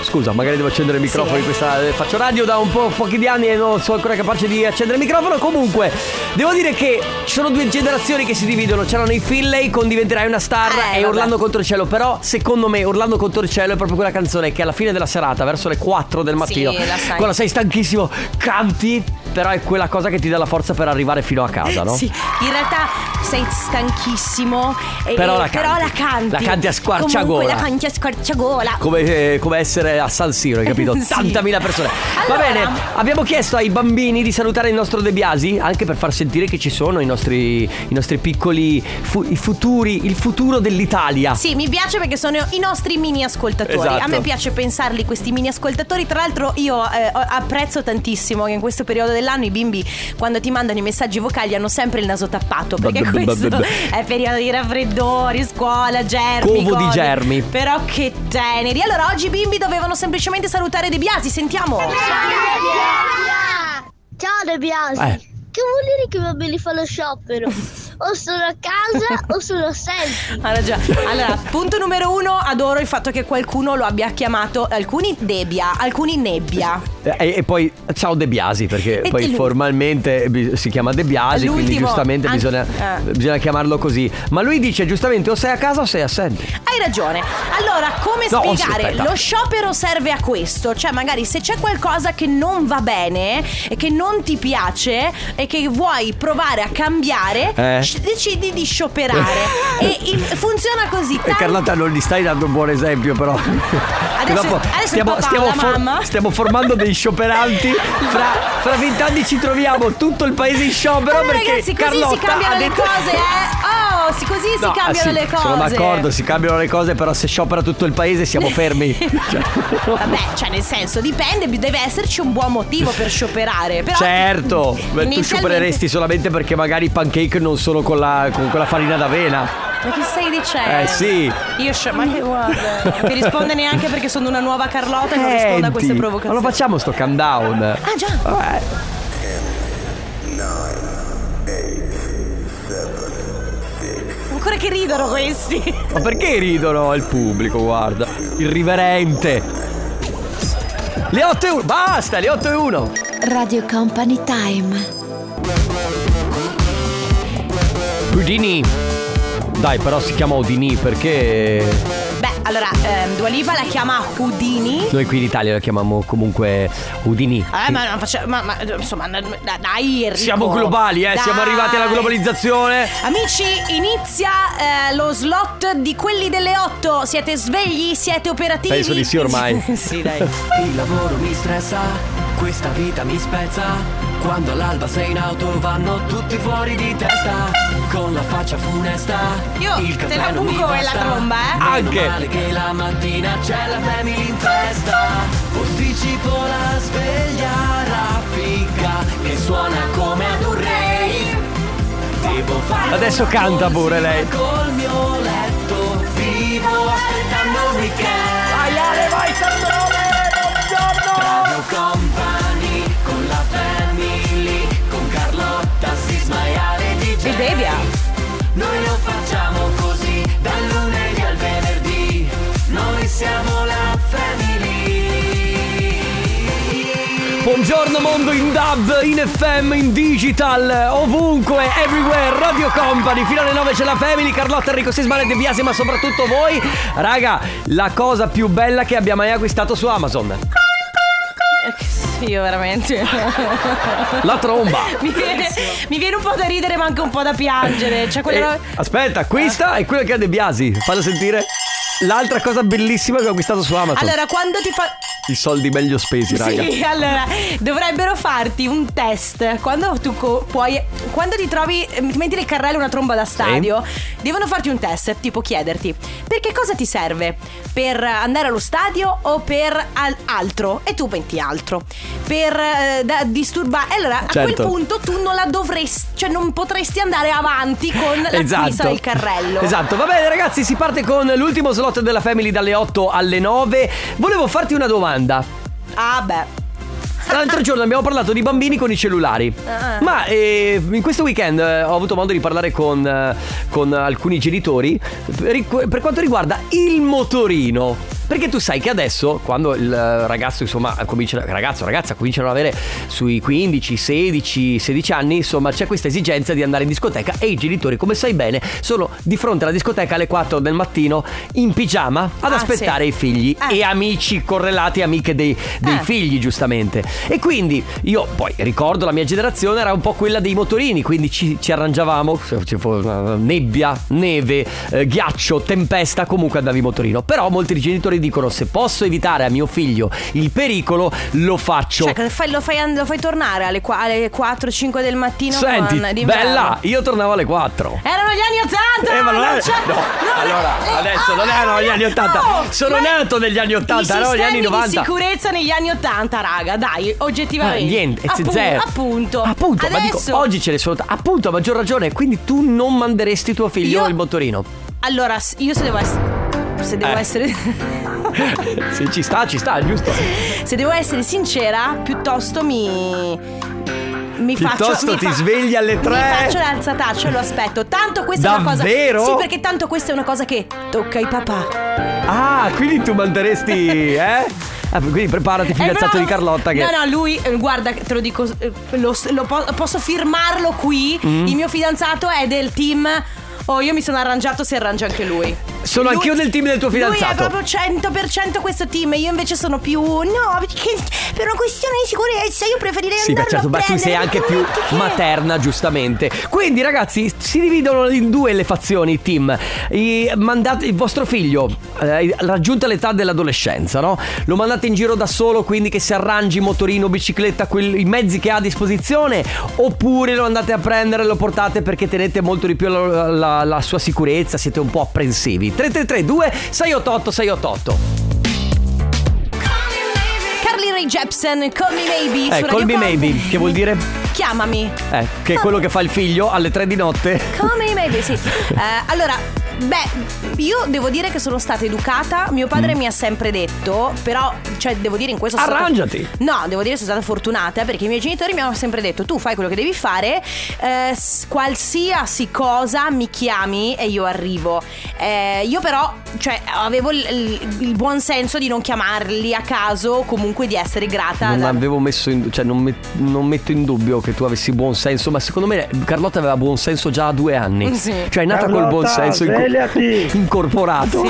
[SPEAKER 2] scusa, magari devo accendere il microfono
[SPEAKER 1] Sì.
[SPEAKER 2] in questa. eh, Faccio radio da un po' pochi di anni e non sono ancora capace di accendere il microfono. Comunque, devo dire che ci sono due generazioni che si dividono. C'erano i Finlay con Diventerai una
[SPEAKER 1] Eh,
[SPEAKER 2] star e Orlando contro il cielo. Però, secondo me, Orlando contro il cielo è proprio quella canzone che alla fine della serata, verso le 4 del mattino,
[SPEAKER 1] la sai.
[SPEAKER 2] quando sei stanchissimo, canti. Però è quella cosa che ti dà la forza per arrivare fino a casa, no?
[SPEAKER 1] Sì, in realtà sei stanchissimo. e-
[SPEAKER 2] Però la
[SPEAKER 1] però
[SPEAKER 2] canti.
[SPEAKER 1] la canti.
[SPEAKER 2] La canti a squarciagola.
[SPEAKER 1] Comunque la canti a squarciagola.
[SPEAKER 2] Come, eh, come essere a San Siro, hai capito?
[SPEAKER 1] <laughs> Sì.
[SPEAKER 2] 80.000 persone. Va
[SPEAKER 1] Allora.
[SPEAKER 2] bene, abbiamo chiesto ai bambini di salutare il nostro De Biasi, anche per far sentire che ci sono i nostri, i nostri piccoli fu- i futuri, il futuro dell'Italia.
[SPEAKER 1] Sì, mi piace perché sono i nostri mini ascoltatori.
[SPEAKER 2] Esatto.
[SPEAKER 1] A me piace pensarli questi mini ascoltatori. Tra l'altro io eh, ho- apprezzo tantissimo che in questo periodo dell'anno i bimbi quando ti mandano i messaggi vocali hanno sempre il naso tappato perché
[SPEAKER 2] Bab- bab-
[SPEAKER 1] questo
[SPEAKER 2] bab-
[SPEAKER 1] è periodo di raffreddori, scuola, germi.
[SPEAKER 2] Covo di
[SPEAKER 1] covid.
[SPEAKER 2] germi.
[SPEAKER 1] Però che teneri. Allora oggi i bimbi dovevano semplicemente salutare De Biasi, sentiamo.
[SPEAKER 21] Ciao De Biasi.
[SPEAKER 2] Eh.
[SPEAKER 21] Che vuol dire che i bambini fanno
[SPEAKER 2] <laughs>
[SPEAKER 21] sciopero? o sono a casa o sono selfie.
[SPEAKER 1] Allora, già. Allora, punto numero uno, adoro il fatto che qualcuno lo abbia chiamato, alcuni Debia, alcuni Nebbia.
[SPEAKER 2] E, e poi ciao De Biasi, perché
[SPEAKER 1] E
[SPEAKER 2] poi
[SPEAKER 1] lui-
[SPEAKER 2] formalmente bi- si chiama De Biasi, quindi
[SPEAKER 1] L'ultimo,
[SPEAKER 2] giustamente
[SPEAKER 1] anche-
[SPEAKER 2] bisogna,
[SPEAKER 1] eh.
[SPEAKER 2] bisogna chiamarlo così. Ma lui dice giustamente o sei a casa o sei assente.
[SPEAKER 1] Hai ragione. Allora, come
[SPEAKER 2] No, sì,
[SPEAKER 1] spiegare?
[SPEAKER 2] aspetta.
[SPEAKER 1] Lo sciopero serve a questo, cioè magari se c'è qualcosa che non va bene e che non ti piace e che vuoi provare a cambiare,
[SPEAKER 2] Eh.
[SPEAKER 1] sci- decidi di
[SPEAKER 2] <laughs>
[SPEAKER 1] scioperare. e il- funziona così.
[SPEAKER 2] E Carlotta non gli stai dando un buon esempio però.
[SPEAKER 1] <laughs> Adesso- adesso il papà, la mamma.
[SPEAKER 2] stiamo formando dei scioperanti. Fra, fra vent'anni ci troviamo tutto il paese in sciopero
[SPEAKER 1] Allora,
[SPEAKER 2] perché
[SPEAKER 1] Eh, ragazzi, così
[SPEAKER 2] Carlotta
[SPEAKER 1] si cambiano
[SPEAKER 2] ha
[SPEAKER 1] le
[SPEAKER 2] detto-
[SPEAKER 1] cose, eh? Oh, sì, così
[SPEAKER 2] No, ah,
[SPEAKER 1] si cambiano
[SPEAKER 2] sì,
[SPEAKER 1] le cose.
[SPEAKER 2] Sono d'accordo, si cambiano le cose, però se sciopera tutto il paese
[SPEAKER 1] <laughs>
[SPEAKER 2] siamo fermi. Cioè,
[SPEAKER 1] Vabbè, cioè nel senso dipende, deve esserci un buon motivo per scioperare. Però
[SPEAKER 2] certo,
[SPEAKER 1] <laughs>
[SPEAKER 2] beh, tu
[SPEAKER 1] Inizialmente-
[SPEAKER 2] sciopereresti solamente perché magari i pancake non sono con, la, con quella farina d'avena.
[SPEAKER 1] Ma che stai dicendo?
[SPEAKER 2] Eh, sì.
[SPEAKER 1] Io scio- ma che guarda. Non mi risponde neanche perché sono una nuova Carlotta e non rispondo a
[SPEAKER 2] Senti,
[SPEAKER 1] queste
[SPEAKER 2] Ma
[SPEAKER 1] provocazioni.
[SPEAKER 2] lo facciamo sto countdown? Ah
[SPEAKER 1] già.
[SPEAKER 2] Vabbè.
[SPEAKER 1] Ancora che ridono questi.
[SPEAKER 2] Ma perché ridono il pubblico, guarda? Irriverente. Le 8 e 1, basta, le 8 e 1.
[SPEAKER 16] Radio Company Time.
[SPEAKER 2] Udini. Dai, però si chiama Udini perché
[SPEAKER 1] Beh, allora, ehm, Dua Lipa la chiama Houdini.
[SPEAKER 2] noi qui in Italia la chiamiamo comunque Udini.
[SPEAKER 1] Eh, ma, non faccia- ma- ma, insomma, n- n- da- dai, Enrico.
[SPEAKER 2] Siamo globali, eh, siamo
[SPEAKER 1] Dai.
[SPEAKER 2] arrivati alla globalizzazione.
[SPEAKER 1] Amici, inizia eh, lo slot di quelli delle 8. Siete svegli? Siete operativi?
[SPEAKER 2] Penso di sì ormai.
[SPEAKER 1] sì, dai.
[SPEAKER 17] Il lavoro mi stressa, questa vita mi spezza. Quando all'alba sei in auto vanno tutti fuori di testa. Con la faccia funesta.
[SPEAKER 1] Io
[SPEAKER 17] il
[SPEAKER 1] te
[SPEAKER 17] caffè
[SPEAKER 1] la
[SPEAKER 17] non mi
[SPEAKER 1] buco e
[SPEAKER 17] basta.
[SPEAKER 1] la tromba, eh.
[SPEAKER 17] Meno
[SPEAKER 1] Anche.
[SPEAKER 17] male che la mattina c'è la family in festa. Posticipo la sveglia raffica che suona come ad un rave. Devo fare
[SPEAKER 2] Adesso
[SPEAKER 17] una
[SPEAKER 2] canta
[SPEAKER 17] corsa
[SPEAKER 2] pure lei.
[SPEAKER 17] Col mio letto vivo aspettando un weekend. Vai Ale, vai Radio Company con la family, con Carlotta Sisma e Ale DJ.
[SPEAKER 1] E Devia.
[SPEAKER 17] Noi lo facciamo così, dal lunedì al venerdì. Noi siamo la family.
[SPEAKER 2] Buongiorno mondo in dub, in FM, in digital, ovunque, everywhere, Radio Company, fino alle 9 c'è la Family, Carlotta, Enrico Sismale, De Biasi, ma soprattutto voi. Raga, la cosa più bella che abbia mai acquistato su Amazon.
[SPEAKER 1] Io veramente.
[SPEAKER 17] <laughs>
[SPEAKER 2] La tromba.
[SPEAKER 1] mi, viene, mi viene un po' da ridere, ma anche un po' da piangere. Cioè, quella
[SPEAKER 2] Eh, aspetta, questa è quella che ha De Biasi. Fallo sentire. L'altra cosa bellissima che ho acquistato su Amazon.
[SPEAKER 1] Allora, quando ti fa.
[SPEAKER 2] I soldi meglio spesi, raga.
[SPEAKER 1] Sì, allora dovrebbero farti un test. Quando tu co- puoi. Quando ti trovi. eh, Ti metti nel carrello una tromba da stadio, devono farti un test. Tipo chiederti: perché cosa ti serve? Per andare allo stadio o per al- altro? E tu metti altro. Per eh, da- disturbare. E allora a
[SPEAKER 2] Certo.
[SPEAKER 1] quel punto tu non la dovresti. Cioè non potresti andare avanti con la del carrello.
[SPEAKER 2] Esatto, va bene ragazzi, si parte con l'ultimo slot della Family dalle 8 alle 9. Volevo farti una domanda.
[SPEAKER 1] Ah, beh. <laughs>
[SPEAKER 2] L'altro giorno abbiamo parlato di bambini con i cellulari.
[SPEAKER 1] Ah.
[SPEAKER 2] Ma eh, in questo weekend eh, ho avuto modo di parlare con, eh, con alcuni genitori per, per quanto riguarda il motorino. Perché tu sai che adesso, quando il eh, ragazzo, insomma, comincia, ragazzo, ragazza, cominciano ad avere sui 15, 16, 16 anni, insomma, c'è questa esigenza di andare in discoteca e i genitori, come sai bene, sono di fronte alla discoteca alle 4 del mattino in pigiama ad
[SPEAKER 1] Ah,
[SPEAKER 2] aspettare
[SPEAKER 1] sì. Eh.
[SPEAKER 2] i figli e amici correlati, amiche dei, dei figli, giustamente. E quindi io poi ricordo la mia generazione era un po' quella dei motorini, quindi ci, ci arrangiavamo, se ci fu- nebbia, neve, eh, ghiaccio, tempesta, comunque andavi in motorino. Però molti genitori dicono se posso evitare a mio figlio il pericolo, lo faccio.
[SPEAKER 1] Cioè, che fai- lo, fai, and- lo fai tornare alle, qua- alle 4, 5 del mattino.
[SPEAKER 2] Senti,
[SPEAKER 1] con- d'inverno.
[SPEAKER 2] bella, io tornavo alle 4.
[SPEAKER 1] Erano gli anni 80!
[SPEAKER 2] Eh, ma non è-
[SPEAKER 1] c'è- Eh,
[SPEAKER 2] no, allora, adesso
[SPEAKER 1] ah,
[SPEAKER 2] non erano gli anni 80. Sono nato negli anni 80,
[SPEAKER 1] I
[SPEAKER 2] no, gli anni
[SPEAKER 1] sistemi
[SPEAKER 2] 90.
[SPEAKER 1] di sicurezza negli anni 80, raga, dai, oggettivamente.
[SPEAKER 2] Ah, niente, è
[SPEAKER 1] Appu-
[SPEAKER 2] zero.
[SPEAKER 1] Appunto.
[SPEAKER 2] Appunto, ma dico,
[SPEAKER 1] Adesso-
[SPEAKER 2] oggi ce ne sono t- Appunto, a maggior ragione, quindi tu non manderesti tuo figlio il motorino.
[SPEAKER 1] <laughs> Allora, s- io se devo essere. Se devo,
[SPEAKER 2] Eh.
[SPEAKER 1] essere,
[SPEAKER 2] <laughs>
[SPEAKER 1] <laughs>
[SPEAKER 2] Se ci sta, ci sta, giusto?
[SPEAKER 1] se devo essere sincera, piuttosto mi. Mi faccio.
[SPEAKER 2] Piuttosto
[SPEAKER 1] mi
[SPEAKER 2] ti
[SPEAKER 1] fa-
[SPEAKER 2] svegli alle
[SPEAKER 1] Mi faccio
[SPEAKER 2] tre.
[SPEAKER 1] l'alzataccia e lo aspetto. Tanto questa è una
[SPEAKER 2] Davvero?
[SPEAKER 1] cosa. Sì, perché tanto questa è una cosa che tocca ai papà.
[SPEAKER 2] Ah, quindi tu manderesti, eh? Ah, quindi preparati fidanzato
[SPEAKER 1] Eh,
[SPEAKER 2] di
[SPEAKER 1] però-
[SPEAKER 2] Carlotta che
[SPEAKER 1] No, no, lui, eh, guarda, te lo dico, eh, lo- lo po- posso firmarlo qui.
[SPEAKER 2] Mm.
[SPEAKER 1] Il mio fidanzato è del team. Oh, io mi sono arrangiato, si arrangia anche lui.
[SPEAKER 2] Sono anch'io del team del tuo
[SPEAKER 1] Lui è
[SPEAKER 2] fidanzato.
[SPEAKER 1] proprio 100% questo team. Io invece sono più. No, perché per una questione di sicurezza, io preferirei
[SPEAKER 2] Sì, ma,
[SPEAKER 1] andarlo
[SPEAKER 2] certo,
[SPEAKER 1] a
[SPEAKER 2] ma tu sei
[SPEAKER 1] prendere.
[SPEAKER 2] anche più materna, giustamente. Quindi, ragazzi, si dividono in due le fazioni, i team. I- mandate il vostro figlio, eh, raggiunta l'età dell'adolescenza, no? Lo mandate in giro da solo, quindi che si arrangi motorino, bicicletta, quel- i mezzi che ha a disposizione, oppure lo andate a prendere e lo portate perché tenete molto di più la, la- la sua sicurezza, siete un po' apprensivi. 3332 688 688.
[SPEAKER 1] Carly Ray Jepsen, call me maybe.
[SPEAKER 2] Eh,
[SPEAKER 1] su
[SPEAKER 2] call
[SPEAKER 1] Radio
[SPEAKER 2] me
[SPEAKER 1] Company.
[SPEAKER 2] maybe, che vuol dire?
[SPEAKER 1] Chiamami.
[SPEAKER 2] Eh, che è quello che fa il figlio alle 3 di notte.
[SPEAKER 1] Come i
[SPEAKER 2] <laughs>
[SPEAKER 1] baby, sì. Eh, allora, beh, io devo dire che sono stata educata. Mio padre
[SPEAKER 2] Mm.
[SPEAKER 1] mi ha sempre detto, però, cioè, devo dire in questo sono stata-
[SPEAKER 2] Arrangiati.
[SPEAKER 1] No, devo dire che sono stata fortunata perché i miei genitori mi hanno sempre detto: tu fai quello che devi fare, eh, s- qualsiasi cosa mi chiami e io arrivo. Eh, io, però, cioè, avevo il, il- il buon senso di non chiamarli a caso, o comunque di essere grata.
[SPEAKER 2] Non
[SPEAKER 1] da-
[SPEAKER 2] avevo messo in cioè non, met- non metto in dubbio che tu avessi buon senso, ma secondo me Carlotta aveva buon senso già a due anni.
[SPEAKER 1] <laughs> Sì.
[SPEAKER 2] Cioè è nata col buon
[SPEAKER 1] Carlotta,
[SPEAKER 2] senso inco-
[SPEAKER 1] svegliati!
[SPEAKER 2] <laughs> incorporato.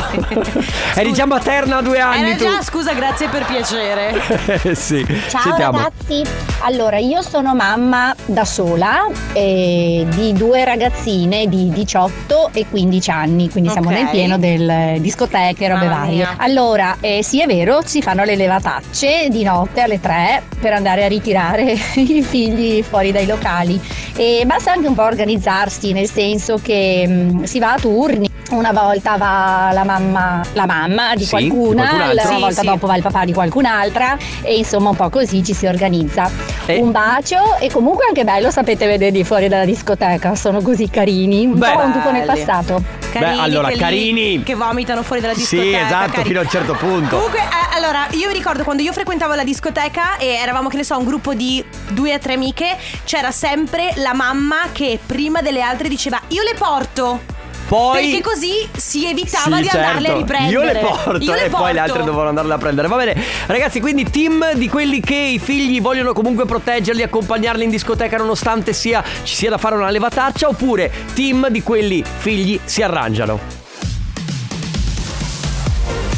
[SPEAKER 2] <laughs> Eri già materna a due anni
[SPEAKER 1] Era
[SPEAKER 2] tu. <laughs>
[SPEAKER 1] già, scusa, grazie per piacere.
[SPEAKER 2] Eh, sì.
[SPEAKER 5] Ciao
[SPEAKER 2] Sentiamo.
[SPEAKER 5] ragazzi, allora io sono mamma da sola eh, di due ragazzine di 18 e 15 anni, quindi siamo
[SPEAKER 22] Ok.
[SPEAKER 5] nel pieno del eh, discoteche e robe
[SPEAKER 22] Mamma
[SPEAKER 5] varie.
[SPEAKER 22] mia.
[SPEAKER 5] Allora, eh, sì è vero, si fanno le levatacce di notte alle 3 per andare a ritirare <laughs> i figli fuori dai locali e basta anche un po' organizzarsi, nel senso che mh, si va a turni. Una volta va la mamma, la mamma di
[SPEAKER 22] Sì, di
[SPEAKER 5] qualcuna,
[SPEAKER 22] qualcun altro.
[SPEAKER 5] la
[SPEAKER 22] Sì,
[SPEAKER 5] volta
[SPEAKER 22] sì.
[SPEAKER 5] dopo va il papà di qualcun'altra e insomma un po' così ci si organizza.
[SPEAKER 2] Eh,
[SPEAKER 22] Eh.
[SPEAKER 5] Un bacio e comunque anche bello sapete vederli fuori dalla discoteca, sono così carini, un
[SPEAKER 2] Beh.
[SPEAKER 5] po' un tuffo nel
[SPEAKER 2] Belli.
[SPEAKER 5] passato.
[SPEAKER 2] Beh, allora,
[SPEAKER 1] quelli
[SPEAKER 2] carini.
[SPEAKER 1] Che vomitano fuori dalla discoteca.
[SPEAKER 2] Sì, esatto,
[SPEAKER 1] carini.
[SPEAKER 2] fino a un certo punto.
[SPEAKER 1] Comunque, eh, allora, io mi ricordo quando io frequentavo la discoteca e eravamo, che ne so, un gruppo di due o tre amiche, c'era sempre la mamma che prima delle altre diceva io le porto.
[SPEAKER 2] Poi-
[SPEAKER 1] Perché così si evitava
[SPEAKER 2] Sì,
[SPEAKER 1] di andarle a
[SPEAKER 2] certo.
[SPEAKER 1] riprendere.
[SPEAKER 2] Io le porto
[SPEAKER 1] Io le
[SPEAKER 2] e poi le altre
[SPEAKER 1] porto.
[SPEAKER 2] devono andarle a prendere. Va bene, ragazzi, quindi team di quelli che i figli vogliono comunque proteggerli, accompagnarli in discoteca nonostante sia, ci sia da fare una levataccia, oppure team di quelli figli si arrangiano.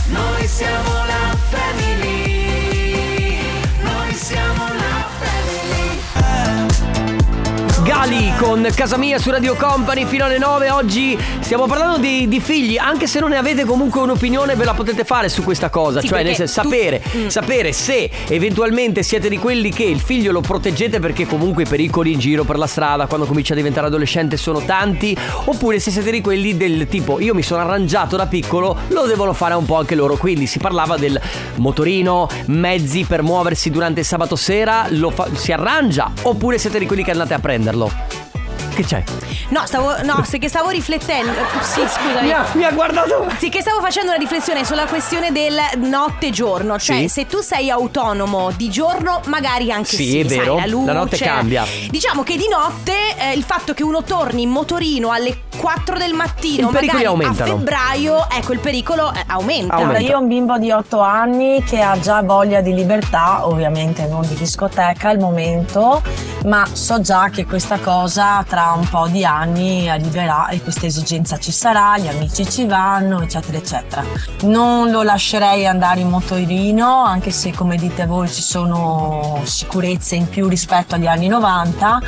[SPEAKER 17] Noi siamo la family. Noi siamo la family.
[SPEAKER 2] Gali con Casa Mia su Radio Company fino alle 9 oggi stiamo parlando di, di figli anche se non ne avete comunque un'opinione ve la potete fare su questa cosa
[SPEAKER 17] Sì,
[SPEAKER 2] cioè nel
[SPEAKER 17] perché
[SPEAKER 2] senso
[SPEAKER 17] tu-
[SPEAKER 2] sapere, sapere se eventualmente siete di quelli che il figlio lo proteggete perché comunque i pericoli in giro per la strada quando comincia a diventare adolescente sono tanti oppure se siete di quelli del tipo io mi sono arrangiato da piccolo lo devono fare un po' anche loro quindi si parlava del motorino mezzi per muoversi durante il sabato sera lo fa- si arrangia oppure siete di quelli che andate a prenderlo che c'è?
[SPEAKER 1] No, stavo, no, se che stavo riflettendo. Sì, scusami.
[SPEAKER 2] Mi ha- mi ha guardato.
[SPEAKER 1] Sì, che stavo facendo una riflessione sulla questione del notte-giorno. Cioè,
[SPEAKER 2] Sì.
[SPEAKER 1] se tu sei autonomo di giorno, magari anche sì.
[SPEAKER 2] Sì, è
[SPEAKER 1] sai,
[SPEAKER 2] vero.
[SPEAKER 1] la, luce.
[SPEAKER 2] La notte cambia.
[SPEAKER 1] Diciamo che di notte eh, il fatto che uno torni in motorino alle 4 del mattino,
[SPEAKER 2] I pericoli
[SPEAKER 1] magari
[SPEAKER 2] aumentano.
[SPEAKER 1] a febbraio, ecco, il pericolo eh, aumenta.
[SPEAKER 6] Allora, io ho un bimbo di 8 anni che ha già voglia di libertà, ovviamente non di discoteca al momento, ma so già che questa cosa tra un po' di anni arriverà e questa esigenza ci sarà, gli amici ci vanno, eccetera, eccetera. Non lo lascerei andare in motorino, anche se come dite voi ci sono sicurezze in più rispetto agli anni 90,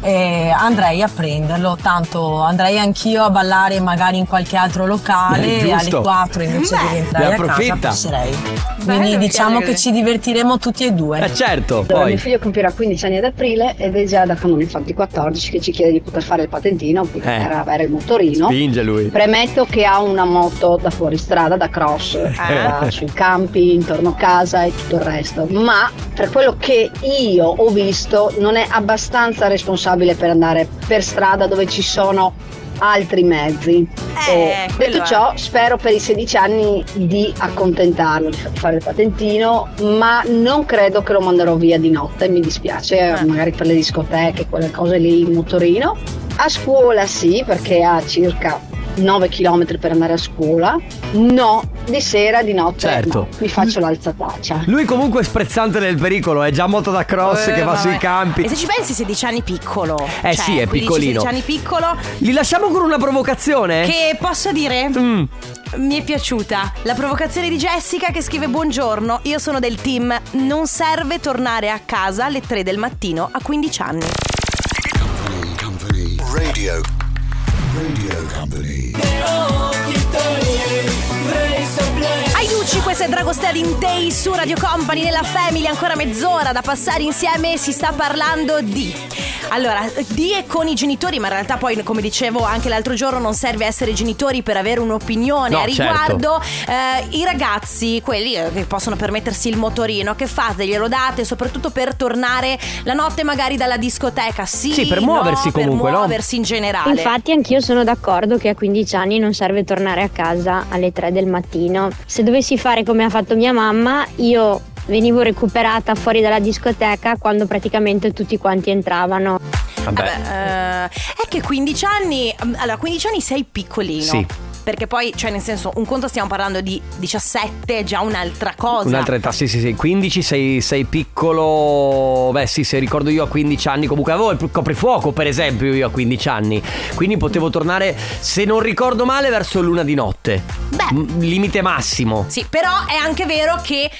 [SPEAKER 6] eh, andrei a prenderlo, tanto andrei anch'io a ballare magari in qualche altro locale
[SPEAKER 2] Eh,
[SPEAKER 6] alle
[SPEAKER 2] giusto.
[SPEAKER 6] 4 invece
[SPEAKER 2] Beh.
[SPEAKER 6] di rientrare
[SPEAKER 2] Ne
[SPEAKER 6] a casa
[SPEAKER 2] approfitta.
[SPEAKER 6] passerei.
[SPEAKER 22] Bello,
[SPEAKER 6] Quindi
[SPEAKER 22] mi
[SPEAKER 6] diciamo
[SPEAKER 22] piace
[SPEAKER 6] che
[SPEAKER 22] così.
[SPEAKER 6] ci divertiremo tutti e due.
[SPEAKER 2] Eh certo,
[SPEAKER 22] Allora, mio
[SPEAKER 2] poi.
[SPEAKER 22] figlio compirà 15 anni ad aprile ed è già da quando infatti 14 che ci chiede di poter fare il patentino, di
[SPEAKER 2] Eh.
[SPEAKER 22] poter avere il motorino.
[SPEAKER 2] Spinge lui.
[SPEAKER 22] Premetto che ha una moto da fuoristrada, da cross, da- sui campi, intorno a casa e tutto il resto, ma per quello che io ho visto non è abbastanza responsabile per andare per strada dove ci sono altri mezzi. Eh,
[SPEAKER 1] quello
[SPEAKER 22] detto
[SPEAKER 1] è.
[SPEAKER 22] ciò, spero per i 16 anni di accontentarlo, di fargli fare il patentino, ma non credo che lo manderò via di notte, mi dispiace,
[SPEAKER 1] Eh.
[SPEAKER 22] magari per le discoteche, quelle cose lì in motorino. A scuola sì, perché ha circa 9 km per andare a scuola. No, di sera, di notte.
[SPEAKER 2] Certo.
[SPEAKER 22] no, mi faccio l'alzataccia.
[SPEAKER 2] Lui comunque è sprezzante nel pericolo, è già moto da cross
[SPEAKER 1] Eh,
[SPEAKER 2] che va
[SPEAKER 1] vabbè.
[SPEAKER 2] sui campi.
[SPEAKER 1] E se ci pensi 16 anni piccolo. Cioè,
[SPEAKER 2] Eh, sì, è piccolino. Eh.
[SPEAKER 1] 16 anni piccolo
[SPEAKER 2] Li lasciamo con una provocazione? Mm.
[SPEAKER 1] che posso dire mi è piaciuta la provocazione di Jessica che scrive buongiorno, io sono del team, non serve tornare a casa alle 3 del mattino a 15 anni.
[SPEAKER 23] Radio. Radio Company.
[SPEAKER 1] Aiuci, questo è Dragostea in Day su Radio Company nella Family, ancora mezz'ora da passare insieme, si sta parlando di... Allora, di e con i genitori, ma in realtà poi, come dicevo anche l'altro giorno, non serve essere genitori per avere un'opinione
[SPEAKER 24] No,
[SPEAKER 1] a
[SPEAKER 2] certo.
[SPEAKER 1] riguardo. Eh, I ragazzi, quelli eh, che possono permettersi il motorino, che fate? Glielo date? Soprattutto per tornare la notte magari dalla discoteca, sì.
[SPEAKER 2] Sì, per
[SPEAKER 1] no,
[SPEAKER 2] muoversi comunque,
[SPEAKER 1] Per
[SPEAKER 2] no?
[SPEAKER 1] muoversi in generale.
[SPEAKER 24] Infatti anch'io sono d'accordo che a 15 anni non serve tornare a casa alle 3 del mattino. Se dovessi fare come ha fatto mia mamma, io venivo recuperata fuori dalla discoteca quando praticamente tutti quanti entravano.
[SPEAKER 1] Vabbè, eh, è che 15 anni. Allora, 15 anni sei piccolino.
[SPEAKER 2] Sì.
[SPEAKER 1] Perché poi, cioè, nel senso, un conto stiamo parlando di 17, è già un'altra cosa.
[SPEAKER 2] Un'altra età, sì, sì, sì. 15, sei, sei piccolo. Beh, sì, se ricordo io a 15 anni, comunque avevo il coprifuoco, per esempio, io a 15 anni. Quindi potevo tornare, se non ricordo male, verso l'una di notte.
[SPEAKER 1] Beh.
[SPEAKER 2] limite massimo.
[SPEAKER 1] Sì, però è anche vero che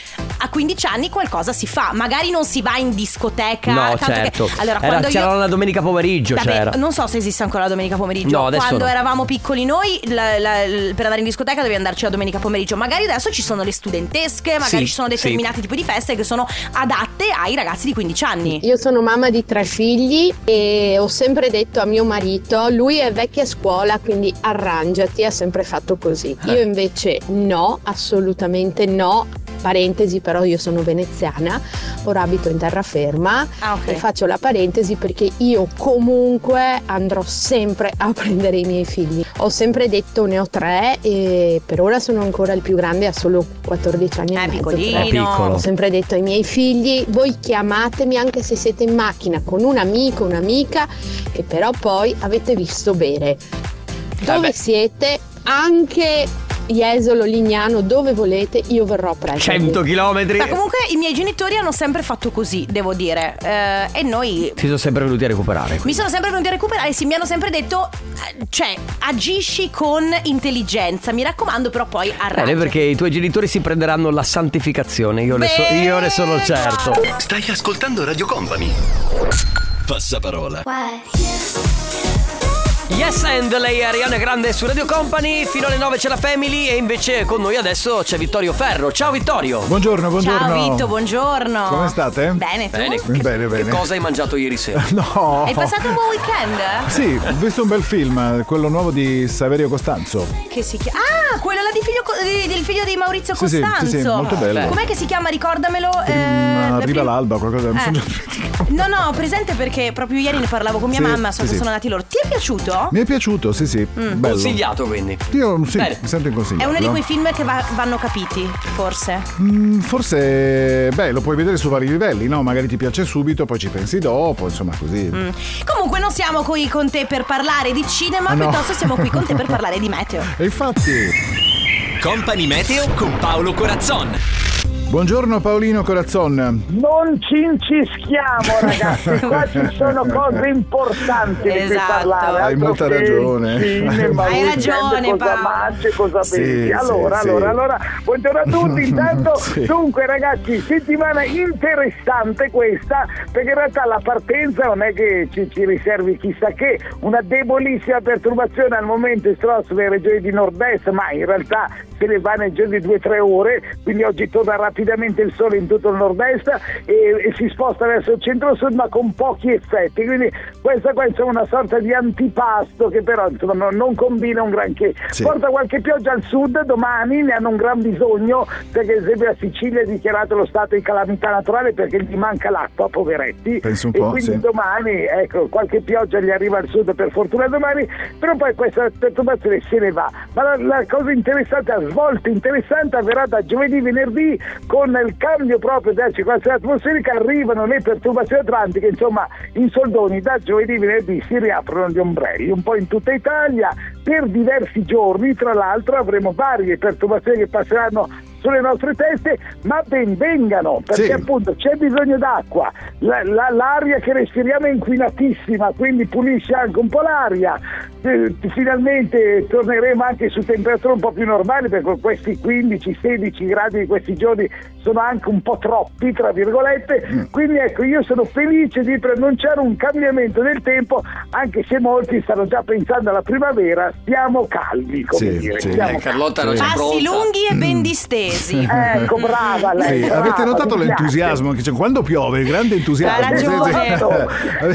[SPEAKER 1] a 15 anni qualcosa si fa. Magari non si va in discoteca.
[SPEAKER 2] No,
[SPEAKER 1] tanto
[SPEAKER 2] certo.
[SPEAKER 1] Che, allora,
[SPEAKER 2] Era-
[SPEAKER 1] quando io.
[SPEAKER 2] c'era la domenica pomeriggio,
[SPEAKER 1] Vabbè,
[SPEAKER 2] c'era.
[SPEAKER 1] non so se esiste ancora la domenica pomeriggio.
[SPEAKER 2] No, adesso
[SPEAKER 1] Quando
[SPEAKER 2] no.
[SPEAKER 1] eravamo piccoli noi, la- la- l- per andare in discoteca dovevi andarci la domenica pomeriggio. Magari adesso ci sono le studentesche, magari
[SPEAKER 25] Sì,
[SPEAKER 1] ci sono
[SPEAKER 25] sì.
[SPEAKER 1] determinati tipi di feste che sono adatte ai ragazzi di 15 anni.
[SPEAKER 25] Io sono mamma di tre figli e ho sempre detto a mio marito, lui è vecchia scuola, quindi arrangiati, ha sempre fatto così. Io invece no, assolutamente no. Parentesi, però io sono veneziana, ora abito in terraferma e
[SPEAKER 1] Eh,
[SPEAKER 25] faccio la parentesi perché io comunque andrò sempre a <laughs> prendere i miei figli. Ho sempre detto ne ho tre e per ora sono ancora il più grande, ha solo 14 anni e mezzo.
[SPEAKER 1] Eh, piccolino.
[SPEAKER 25] però
[SPEAKER 1] È piccolo.
[SPEAKER 25] Ho sempre detto ai miei figli, voi chiamatemi anche se siete in macchina con un amico, un'amica, che però poi avete visto bere. Dove siete? Anche Jesolo, Lignano, dove volete, io verrò presto.
[SPEAKER 2] 100 chilometri.
[SPEAKER 1] Ma comunque i miei genitori hanno sempre fatto così, devo dire. Eh, e noi.
[SPEAKER 2] Ti sono sempre venuti a recuperare.
[SPEAKER 1] Mi sono sempre venuti a recuperare, sì, mi hanno sempre detto, eh, cioè, agisci con intelligenza, mi raccomando, però poi
[SPEAKER 2] Bene,
[SPEAKER 1] arrangia.
[SPEAKER 2] perché i tuoi genitori si prenderanno la santificazione. Io ne, so- io ne sono certo.
[SPEAKER 23] Stai ascoltando Radio Company. Passaparola.
[SPEAKER 2] Yes and lei è Ariana Grande su Radio Company, fino alle 9 c'è la Family e invece con noi adesso c'è Vittorio Ferro. Ciao Vittorio!
[SPEAKER 26] Buongiorno, buongiorno.
[SPEAKER 1] Ciao Vitto, buongiorno.
[SPEAKER 26] Come state?
[SPEAKER 1] Bene, tu?
[SPEAKER 2] Bene, che,
[SPEAKER 26] Bene,
[SPEAKER 2] che
[SPEAKER 26] bene.
[SPEAKER 2] cosa hai mangiato ieri sera?
[SPEAKER 26] <laughs> No.
[SPEAKER 1] Hai passato un buon weekend?
[SPEAKER 26] Oh. Sì, ho visto un bel film, quello nuovo di Saverio Costanzo.
[SPEAKER 1] Che si chiama? Ah, quello là di figlio co- di- del figlio di Maurizio
[SPEAKER 26] Sì, sì, sì,
[SPEAKER 1] Costanzo.
[SPEAKER 26] sì, molto bello.
[SPEAKER 1] Com'è che si chiama? Ricordamelo. eh,
[SPEAKER 26] Ma
[SPEAKER 1] la
[SPEAKER 26] arriva
[SPEAKER 1] prima-
[SPEAKER 26] l'alba, qualcosa. mi
[SPEAKER 1] Eh.
[SPEAKER 26] sono già
[SPEAKER 1] No, no, presente perché proprio ieri ne parlavo con mia
[SPEAKER 26] Sì,
[SPEAKER 1] mamma, so
[SPEAKER 26] sì,
[SPEAKER 1] che
[SPEAKER 26] sì.
[SPEAKER 1] sono andati loro. Ti è piaciuto?
[SPEAKER 26] Mi è piaciuto, sì, sì.
[SPEAKER 1] Mm.
[SPEAKER 26] Bello.
[SPEAKER 2] Consigliato quindi.
[SPEAKER 26] Io sì,
[SPEAKER 2] Bene.
[SPEAKER 26] mi sento
[SPEAKER 1] È
[SPEAKER 26] consigliato.
[SPEAKER 1] uno di quei film che va- vanno capiti, forse.
[SPEAKER 26] Mm, Forse, beh, lo puoi vedere su vari livelli, no? Magari ti piace subito, poi ci pensi dopo, insomma, così.
[SPEAKER 1] Mm. Comunque non siamo qui con te per parlare di cinema,
[SPEAKER 26] Ah, no. Eh.
[SPEAKER 1] piuttosto siamo qui con te per parlare di meteo.
[SPEAKER 26] E infatti.
[SPEAKER 17] Company Meteo con Paolo Corazzon.
[SPEAKER 26] Buongiorno Paolino Corazzon.
[SPEAKER 4] Non ci incischiamo
[SPEAKER 26] <laughs>
[SPEAKER 4] ragazzi, qua ci sono cose importanti di cui
[SPEAKER 8] Esatto.
[SPEAKER 4] parlare.
[SPEAKER 26] Hai
[SPEAKER 4] altro
[SPEAKER 26] molta
[SPEAKER 4] che
[SPEAKER 26] ragione.
[SPEAKER 4] il cinema,
[SPEAKER 8] Hai
[SPEAKER 4] weekend,
[SPEAKER 8] ragione,
[SPEAKER 4] cosa
[SPEAKER 8] Paolo.
[SPEAKER 4] mangi e cosa
[SPEAKER 8] Sì,
[SPEAKER 4] bevi.
[SPEAKER 8] sì,
[SPEAKER 4] Allora,
[SPEAKER 8] sì.
[SPEAKER 4] allora, allora, buongiorno a tutti. Intanto,
[SPEAKER 8] Sì.
[SPEAKER 4] dunque ragazzi, settimana interessante questa, perché in realtà la partenza non è che ci, ci riservi chissà che, una debolissima perturbazione al momento in strada sulle regioni di nord-est, ma in realtà se ne va nel giro di 2-3 ore, quindi oggi torna rapidamente il sole in tutto il nord-est e, e si sposta verso il centro-sud ma con pochi effetti, quindi questa qua insomma è una sorta di antipasto che però insomma non, non combina un granché.
[SPEAKER 8] Sì.
[SPEAKER 4] Porta qualche pioggia al sud, domani ne hanno un gran bisogno perché ad esempio la Sicilia è dichiarato lo stato di calamità naturale perché gli manca l'acqua, poveretti,
[SPEAKER 26] Penso un
[SPEAKER 4] e
[SPEAKER 26] po',
[SPEAKER 4] quindi
[SPEAKER 26] sì.
[SPEAKER 4] domani, ecco, qualche pioggia gli arriva al sud per fortuna domani, però poi questa perturbazione se ne va. Ma la, la cosa interessante, la svolta interessante avverrà da giovedì venerdì con il cambio proprio della circolazione atmosferica, arrivano le perturbazioni atlantiche, insomma in soldoni da giovedì venerdì si riaprono gli ombrelli un po' in tutta Italia per diversi giorni, tra l'altro avremo varie perturbazioni che passeranno sulle nostre teste, ma ben vengano, perché
[SPEAKER 8] Sì.
[SPEAKER 4] appunto c'è bisogno d'acqua, la- la- l'aria che respiriamo è inquinatissima, quindi pulisce anche un po' l'aria, Eh, finalmente torneremo anche su temperature un po' più normali, perché questi 15-16 gradi di questi giorni sono anche un po' troppi, tra
[SPEAKER 26] Mm.
[SPEAKER 4] virgolette, quindi ecco io sono felice di preannunciare un cambiamento del tempo, anche se molti stanno già pensando alla primavera, stiamo calmi, come
[SPEAKER 26] Sì,
[SPEAKER 4] dire.
[SPEAKER 26] sì.
[SPEAKER 4] stiamo
[SPEAKER 26] Eh, Carlotta
[SPEAKER 4] calmi.
[SPEAKER 26] era già
[SPEAKER 1] Passi lunghi e
[SPEAKER 26] Mm.
[SPEAKER 1] ben distesi.
[SPEAKER 26] Eh,
[SPEAKER 4] Ecco, brava lei.
[SPEAKER 26] Sì,
[SPEAKER 4] brava,
[SPEAKER 26] avete notato
[SPEAKER 4] mi piace.
[SPEAKER 26] l'entusiasmo che c'è quando piove, il grande entusiasmo.
[SPEAKER 4] Ha ragione.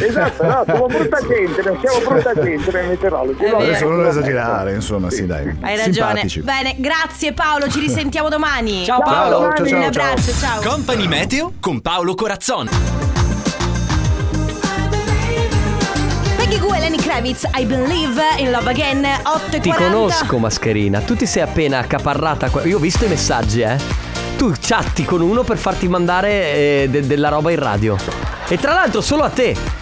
[SPEAKER 4] Esatto, no, siamo brutta gente, noi siamo brutta gente noi meteorologi. No,
[SPEAKER 26] Adesso non esagerare, insomma, sì, dai.
[SPEAKER 1] Hai ragione.
[SPEAKER 26] Simpatici.
[SPEAKER 1] Bene, grazie Paolo, ci risentiamo domani.
[SPEAKER 26] <laughs> Ciao, Paolo. Ciao, ciao,
[SPEAKER 1] Un
[SPEAKER 26] ciao,
[SPEAKER 1] abbraccio, ciao.
[SPEAKER 17] Company Meteo con Paolo Corazzon.
[SPEAKER 1] Peggy Goo e Lenny Kravitz, I Believe in Love Again, 8
[SPEAKER 2] Ti conosco, mascherina. Tu ti sei appena accaparrata. qua- Io ho visto i messaggi, eh. Tu chatti con uno per farti mandare eh, de- della roba in radio. E tra l'altro solo a te.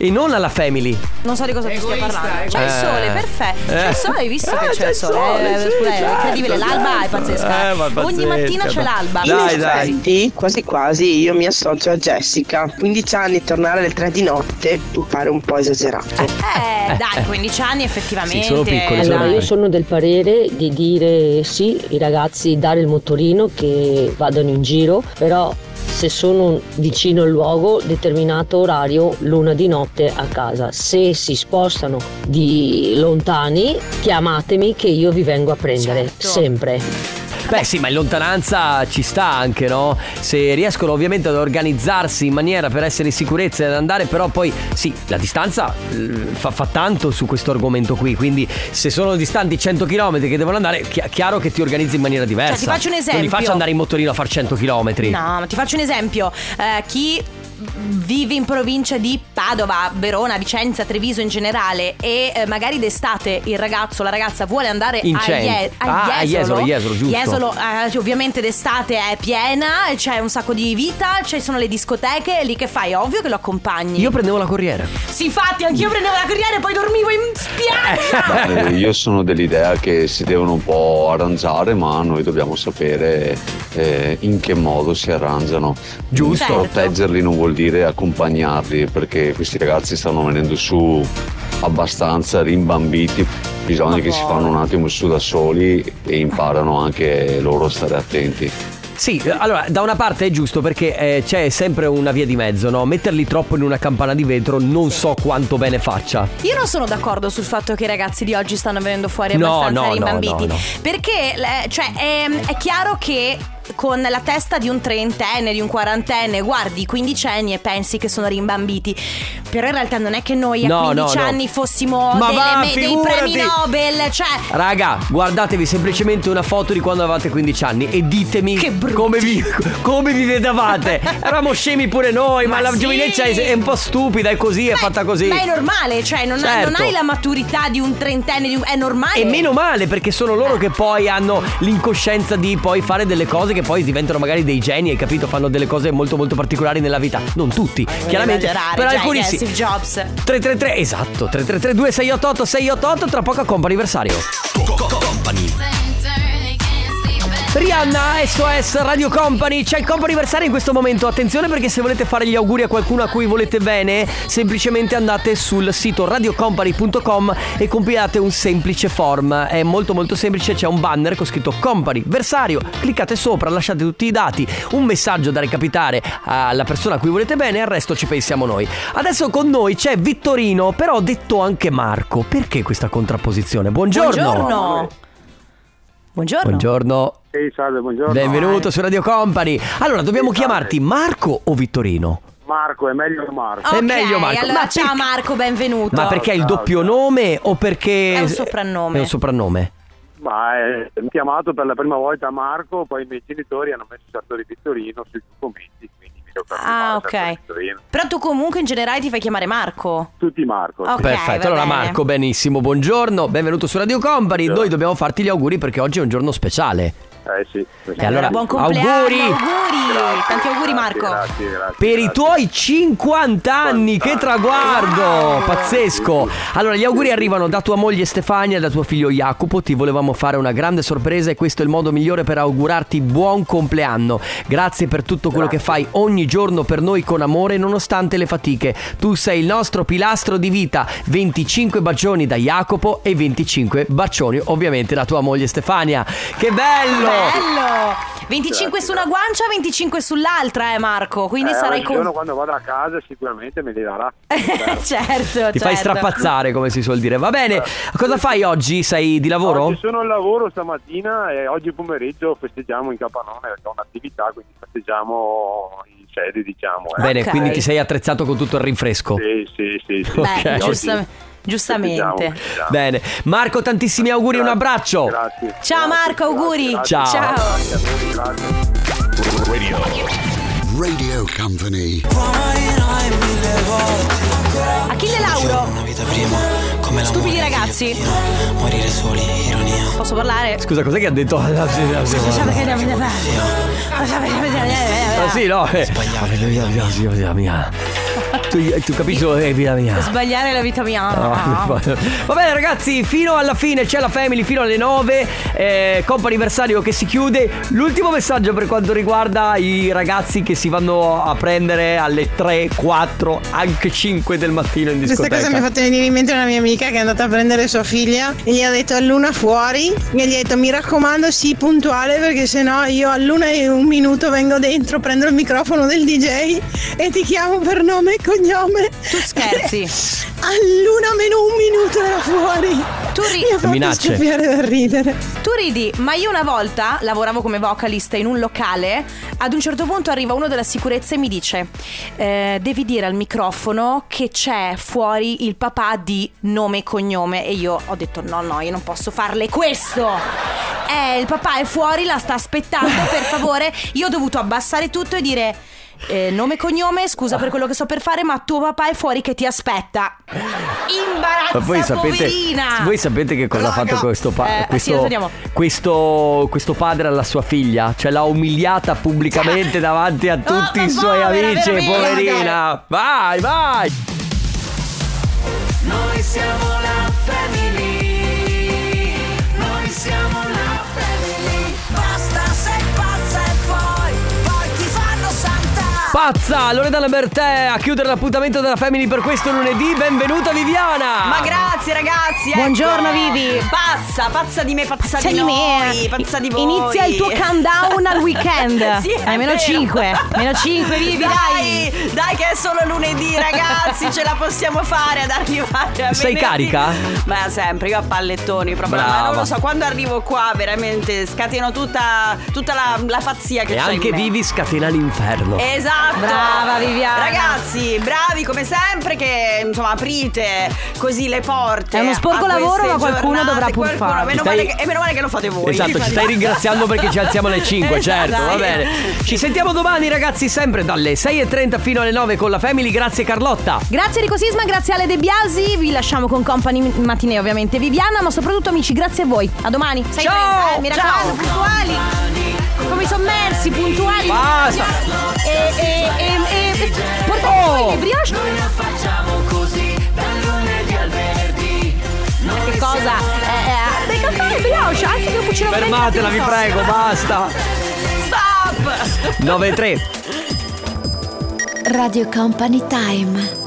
[SPEAKER 2] E non alla family.
[SPEAKER 1] Non so di cosa tu stia parlando. C'è il
[SPEAKER 2] egoista.
[SPEAKER 1] sole, perfetto. C'è
[SPEAKER 2] Eh.
[SPEAKER 1] il sole, hai visto
[SPEAKER 2] Eh,
[SPEAKER 1] che c'è il sole? Eh,
[SPEAKER 2] sì,
[SPEAKER 1] scusa, è
[SPEAKER 2] certo,
[SPEAKER 1] incredibile, l'alba è
[SPEAKER 2] certo.
[SPEAKER 1] pazzesca.
[SPEAKER 2] Eh, ma è
[SPEAKER 1] Ogni
[SPEAKER 2] pazzesca.
[SPEAKER 1] mattina c'è l'alba.
[SPEAKER 9] In effetti, quasi quasi io mi associo a Jessica. 15 anni tornare alle 3 di notte mi pare un po' esagerato.
[SPEAKER 1] Eh, dai, 15 anni effettivamente. Eh,
[SPEAKER 10] allora io sono del parere di dire sì, i ragazzi dare il motorino che vadano in giro, però se sono vicino al luogo determinato orario luna di notte a casa se si spostano di lontani chiamatemi che io vi vengo a prendere sempre
[SPEAKER 2] Beh sì, ma in lontananza ci sta anche, no? Se riescono ovviamente ad organizzarsi in maniera per essere in sicurezza ed andare, però poi sì, la distanza eh, fa, fa tanto su questo argomento qui, quindi se sono distanti 100 km che devono andare, chi- chiaro che ti organizzi in maniera diversa.
[SPEAKER 1] Cioè, ti faccio un
[SPEAKER 2] Non li
[SPEAKER 1] esempio.
[SPEAKER 2] faccio andare in motorino a far 100 km.
[SPEAKER 1] No, ma ti faccio un esempio. Eh, chi vive in provincia di Padova, Verona, Vicenza, Treviso in generale e eh, magari d'estate il ragazzo, la ragazza vuole andare
[SPEAKER 2] In
[SPEAKER 1] a,
[SPEAKER 2] centro.
[SPEAKER 1] Ie- a
[SPEAKER 2] Ah, a Jesolo,
[SPEAKER 1] Jesolo.
[SPEAKER 2] Jesolo, giusto.
[SPEAKER 1] Jesolo, eh, ovviamente d'estate è piena, c'è un sacco di vita, ci sono le discoteche, lì che fai? Ovvio che lo accompagni.
[SPEAKER 2] Io prendevo la corriera.
[SPEAKER 1] Sì, infatti, anch'io prendevo la corriera e poi dormivo in spiaggia.
[SPEAKER 4] Eh, io sono dell'idea che si devono un po' arrangiare, ma noi dobbiamo sapere eh, in che modo si arrangiano.
[SPEAKER 2] Giusto. Certo.
[SPEAKER 4] Proteggerli non vuol dire accompagnarli, perché questi ragazzi stanno venendo su abbastanza rimbambiti. Bisogna che si fanno un attimo su da soli e imparano anche loro a stare attenti.
[SPEAKER 2] Sì, eh, allora, da una parte è giusto perché eh, c'è sempre una via di mezzo, no? Metterli troppo in una campana di vetro non so quanto bene faccia.
[SPEAKER 1] Io non sono d'accordo sul fatto che i ragazzi di oggi stanno venendo fuori
[SPEAKER 2] No,
[SPEAKER 1] abbastanza
[SPEAKER 2] no, no, no,
[SPEAKER 1] rimbambiti.
[SPEAKER 2] no.
[SPEAKER 1] Perché, eh, cioè, ehm, è chiaro che con la testa di un trentenne, di un quarantenne, guardi i quindicenni e pensi che sono rimbambiti. Però in realtà non è che noi a
[SPEAKER 2] No, no,
[SPEAKER 1] 15
[SPEAKER 2] no.
[SPEAKER 1] anni fossimo
[SPEAKER 2] Ma
[SPEAKER 1] delle
[SPEAKER 2] va,
[SPEAKER 1] me- dei
[SPEAKER 2] figurati!
[SPEAKER 1] premi Nobel, cioè
[SPEAKER 2] Raga, guardatevi semplicemente una foto di quando avevate 15 anni e ditemi come vi, come vi vedevate. Eravamo scemi pure noi, ma,
[SPEAKER 1] Ma
[SPEAKER 2] la
[SPEAKER 1] sì!
[SPEAKER 2] giovinezza è, è un po' stupida, è così, è fatta così.
[SPEAKER 1] Ma è normale, cioè non, ha- non
[SPEAKER 2] Certo.
[SPEAKER 1] hai la maturità di un trentenne, di un- è normale.
[SPEAKER 2] E
[SPEAKER 1] <laughs>
[SPEAKER 2] meno male perché sono loro che poi hanno l'incoscienza di poi fare delle cose che poi diventano magari dei geni, hai capito? Fanno delle cose molto molto particolari nella vita. Non tutti, chiaramente.
[SPEAKER 1] esagerare,
[SPEAKER 2] Per
[SPEAKER 1] cioè,
[SPEAKER 2] alcuni
[SPEAKER 1] che è
[SPEAKER 2] sì.
[SPEAKER 1] Steve Jobs.
[SPEAKER 2] 333, esatto, 333 2688 688, tra poco compa anniversario. Company. Rihanna, SOS Radio Company, c'è il comp'anniversario in questo momento. Attenzione perché se volete fare gli auguri a qualcuno a cui volete bene, semplicemente andate sul sito radiocompany.com e compilate un semplice form. È molto molto semplice, c'è un banner con scritto comp'anniversario. Cliccate sopra, lasciate tutti i dati, un messaggio da recapitare alla persona a cui volete bene e al resto ci pensiamo noi. Adesso con noi c'è Vittorino, però detto anche Marco. Perché questa contrapposizione? Buongiorno.
[SPEAKER 1] Buongiorno. Buongiorno.
[SPEAKER 2] Buongiorno.
[SPEAKER 7] Ehi, salve, buongiorno.
[SPEAKER 2] Benvenuto su Radio Company. Allora, dobbiamo chiamarti Marco o Vittorino?
[SPEAKER 7] Marco, è meglio Marco.
[SPEAKER 1] Ok,
[SPEAKER 2] È meglio Marco.
[SPEAKER 1] Allora,
[SPEAKER 2] Ma
[SPEAKER 1] ciao Marco, benvenuto.
[SPEAKER 2] Ma perché è il
[SPEAKER 7] ciao,
[SPEAKER 2] doppio nome o perché
[SPEAKER 1] È un soprannome.
[SPEAKER 2] È un soprannome.
[SPEAKER 7] Ma eh, mi chiamato per la prima volta Marco, poi i miei genitori hanno messo certo di Vittorino sui documenti, quindi mi devo
[SPEAKER 1] Ah,
[SPEAKER 7] chiamare Sartori
[SPEAKER 1] ok.
[SPEAKER 7] Vittorino.
[SPEAKER 1] Però tu comunque in generale ti fai chiamare Marco.
[SPEAKER 7] Tutti Marco.
[SPEAKER 1] Ok,
[SPEAKER 2] Perfetto.
[SPEAKER 1] va
[SPEAKER 2] Allora
[SPEAKER 1] bene.
[SPEAKER 2] Marco, benissimo. Buongiorno, benvenuto su Radio Company. Noi dobbiamo farti gli auguri perché oggi è un giorno speciale.
[SPEAKER 7] Eh sì.
[SPEAKER 2] E allora,
[SPEAKER 1] buon compleanno,
[SPEAKER 2] auguri
[SPEAKER 1] auguri. Tanti auguri Marco.
[SPEAKER 7] Grazie, grazie.
[SPEAKER 2] per i tuoi 50 anni, che traguardo! Pazzesco! Allora, gli auguri arrivano da tua moglie Stefania e da tuo figlio Jacopo. Ti volevamo fare una grande sorpresa e questo è il modo migliore per augurarti buon compleanno. Grazie per tutto quello che fai ogni giorno per noi con amore, nonostante le fatiche. Tu sei il nostro pilastro di vita. 25 bacioni da Jacopo e 25 bacioni, ovviamente, da tua moglie Stefania. Che bello!
[SPEAKER 1] Bello! 25 su una guancia, 25 sull'altra, eh Marco. Quindi
[SPEAKER 7] Eh,
[SPEAKER 1] sarai
[SPEAKER 7] un giorno eh.
[SPEAKER 1] con.
[SPEAKER 7] quando vado a casa sicuramente me
[SPEAKER 1] <laughs>
[SPEAKER 7] li darà.
[SPEAKER 1] certo, certo.
[SPEAKER 2] Ti fai strapazzare, come si suol dire. Va bene, cosa fai oggi? Sei di lavoro?
[SPEAKER 7] Oggi sono al lavoro stamattina e oggi pomeriggio festeggiamo in Capanone perché ho un'attività, quindi festeggiamo in sede, diciamo. eh.
[SPEAKER 2] Bene, quindi ti sei attrezzato con tutto il rinfresco.
[SPEAKER 7] Sì, sì, sì. sì.
[SPEAKER 2] Ok.
[SPEAKER 1] Beh,
[SPEAKER 2] Oggi.
[SPEAKER 1] giustam- giustamente.
[SPEAKER 2] Bene, Marco, tantissimi auguri, un abbraccio.
[SPEAKER 7] diciamo. Grazie.
[SPEAKER 1] Ciao Marco, auguri.
[SPEAKER 2] grazie. Ciao.
[SPEAKER 23] Radio. Radio Company.
[SPEAKER 1] Achille Lauro. Stupidi ragazzi.
[SPEAKER 23] Morire soli, ironia.
[SPEAKER 1] Posso parlare?
[SPEAKER 2] Scusa, cos'è che ha detto? Ah, sì, no. Sbagliare vita mia. Tu, tu capisci? Eh, vita mia.
[SPEAKER 1] Sbagliare la vita mia. Ah.
[SPEAKER 2] No. Ah, Va bene ragazzi, fino alla fine c'è la family, fino alle 9, eh, Coppa anniversario che si chiude. L'ultimo messaggio per quanto riguarda i ragazzi che si vanno a prendere alle 3, 4, anche 5 del mattino in
[SPEAKER 8] Questa
[SPEAKER 2] discoteca.
[SPEAKER 8] cosa mi ha fatto venire in mente una mia amica che è andata a prendere sua figlia e gli ha detto a luna fuori, mi ha detto mi raccomando sii puntuale perché sennò io a luna e un minuto vengo dentro, prendo il microfono del DJ e ti chiamo per nome e cognome. Tu
[SPEAKER 1] scherzi?
[SPEAKER 8] a luna meno un minuto era fuori.
[SPEAKER 1] Tu ri-
[SPEAKER 8] mi ha fatto
[SPEAKER 2] Minacce.
[SPEAKER 8] scoppiare dal ridere.
[SPEAKER 1] Tu ridi, ma io una volta lavoravo come vocalista in un locale, ad un certo punto arriva uno della sicurezza e mi dice, eh, devi dire al microfono che c'è fuori il papà di nome e cognome e io ho detto no, no, io non posso farle questo. Eh, il papà è fuori, la sta aspettando, <laughs> per favore. Io ho dovuto abbassare tutto e dire... eh, nome e cognome, scusa per quello che sto per fare, ma tuo papà è fuori che ti aspetta. Imbarazza,
[SPEAKER 2] Ma voi sapete,
[SPEAKER 1] poverina.
[SPEAKER 2] voi sapete che cosa ha fatto questo, pa-
[SPEAKER 1] Eh, sì, lo
[SPEAKER 2] questo,
[SPEAKER 1] vediamo.
[SPEAKER 2] questo- questo padre alla sua figlia? Cioè l'ha umiliata
[SPEAKER 1] Cioè.
[SPEAKER 2] pubblicamente davanti
[SPEAKER 1] Ah,
[SPEAKER 2] a tutti i suoi
[SPEAKER 17] povera,
[SPEAKER 2] amici,
[SPEAKER 17] veramente.
[SPEAKER 2] poverina. Vai, vai.
[SPEAKER 17] Noi siamo la family. Noi siamo la family. Basta sei pazza e poi, poi ti fanno saltare.
[SPEAKER 2] Pazza, Loredana Bertè a chiudere l'appuntamento della Family per questo lunedì. Benvenuta Viviana!
[SPEAKER 1] Ma grazie ragazzi! ecco.
[SPEAKER 2] Buongiorno, Vivi.
[SPEAKER 1] Pazza, pazza di me, pazza,
[SPEAKER 2] Pazza
[SPEAKER 1] di,
[SPEAKER 2] di me.
[SPEAKER 1] noi, pazza di voi!
[SPEAKER 2] Inizia il tuo countdown al weekend.
[SPEAKER 1] <laughs> sì, è
[SPEAKER 2] Hai meno
[SPEAKER 1] vero.
[SPEAKER 2] cinque, meno cinque,
[SPEAKER 1] Vivi, dai! Dai che perché è solo lunedì, ragazzi, ce la possiamo fare ad arrivare a
[SPEAKER 2] Sei
[SPEAKER 1] venerdì.
[SPEAKER 2] carica?
[SPEAKER 1] Ma sempre, io a pallettoni proprio.
[SPEAKER 2] Brava.
[SPEAKER 1] Ma non lo so, quando arrivo qua veramente scateno tutta, tutta la, la pazzia che
[SPEAKER 2] E
[SPEAKER 1] c'è in
[SPEAKER 2] anche
[SPEAKER 1] me.
[SPEAKER 2] vivi scatena l'inferno.
[SPEAKER 1] Esatto
[SPEAKER 11] Brava, Viviana.
[SPEAKER 1] Ragazzi bravi come sempre che insomma aprite così le porte
[SPEAKER 11] È uno sporco
[SPEAKER 1] a queste
[SPEAKER 11] lavoro, ma qualcuno
[SPEAKER 1] giornate,
[SPEAKER 11] dovrà pur
[SPEAKER 1] qualcuno-
[SPEAKER 11] farlo.
[SPEAKER 1] meno
[SPEAKER 2] Stai-
[SPEAKER 1] male che- E meno male che lo fate voi
[SPEAKER 2] Esatto, ci stai ringraziando perché ci alziamo alle 5,
[SPEAKER 1] <laughs> Esatto.
[SPEAKER 2] certo, va bene. Ci sentiamo domani ragazzi, sempre dalle 6.30 fino alle 9 con la Family, grazie Carlotta.
[SPEAKER 1] Grazie Rico Sisma, grazie Ale De Biasi, vi lasciamo con Company Matinee ovviamente Viviana, ma soprattutto amici grazie a voi. A domani. 6.30,
[SPEAKER 11] Ciao,
[SPEAKER 1] eh, mi raccomando,
[SPEAKER 11] ciao.
[SPEAKER 1] puntuali. Come i sommersi, puntuali.
[SPEAKER 17] Basta.
[SPEAKER 1] E, e, e, e portate
[SPEAKER 2] Oh!
[SPEAKER 1] voi le brioche.
[SPEAKER 17] Noi la facciamo così dal lunedì al venerdì. Noi
[SPEAKER 1] Che cosa? Eh, eh, dai caffè, brioche, anche che cucino
[SPEAKER 2] Fermatela, vi prego, basta.
[SPEAKER 1] Stop!
[SPEAKER 2] 9 e 3.
[SPEAKER 16] Radio Company Time.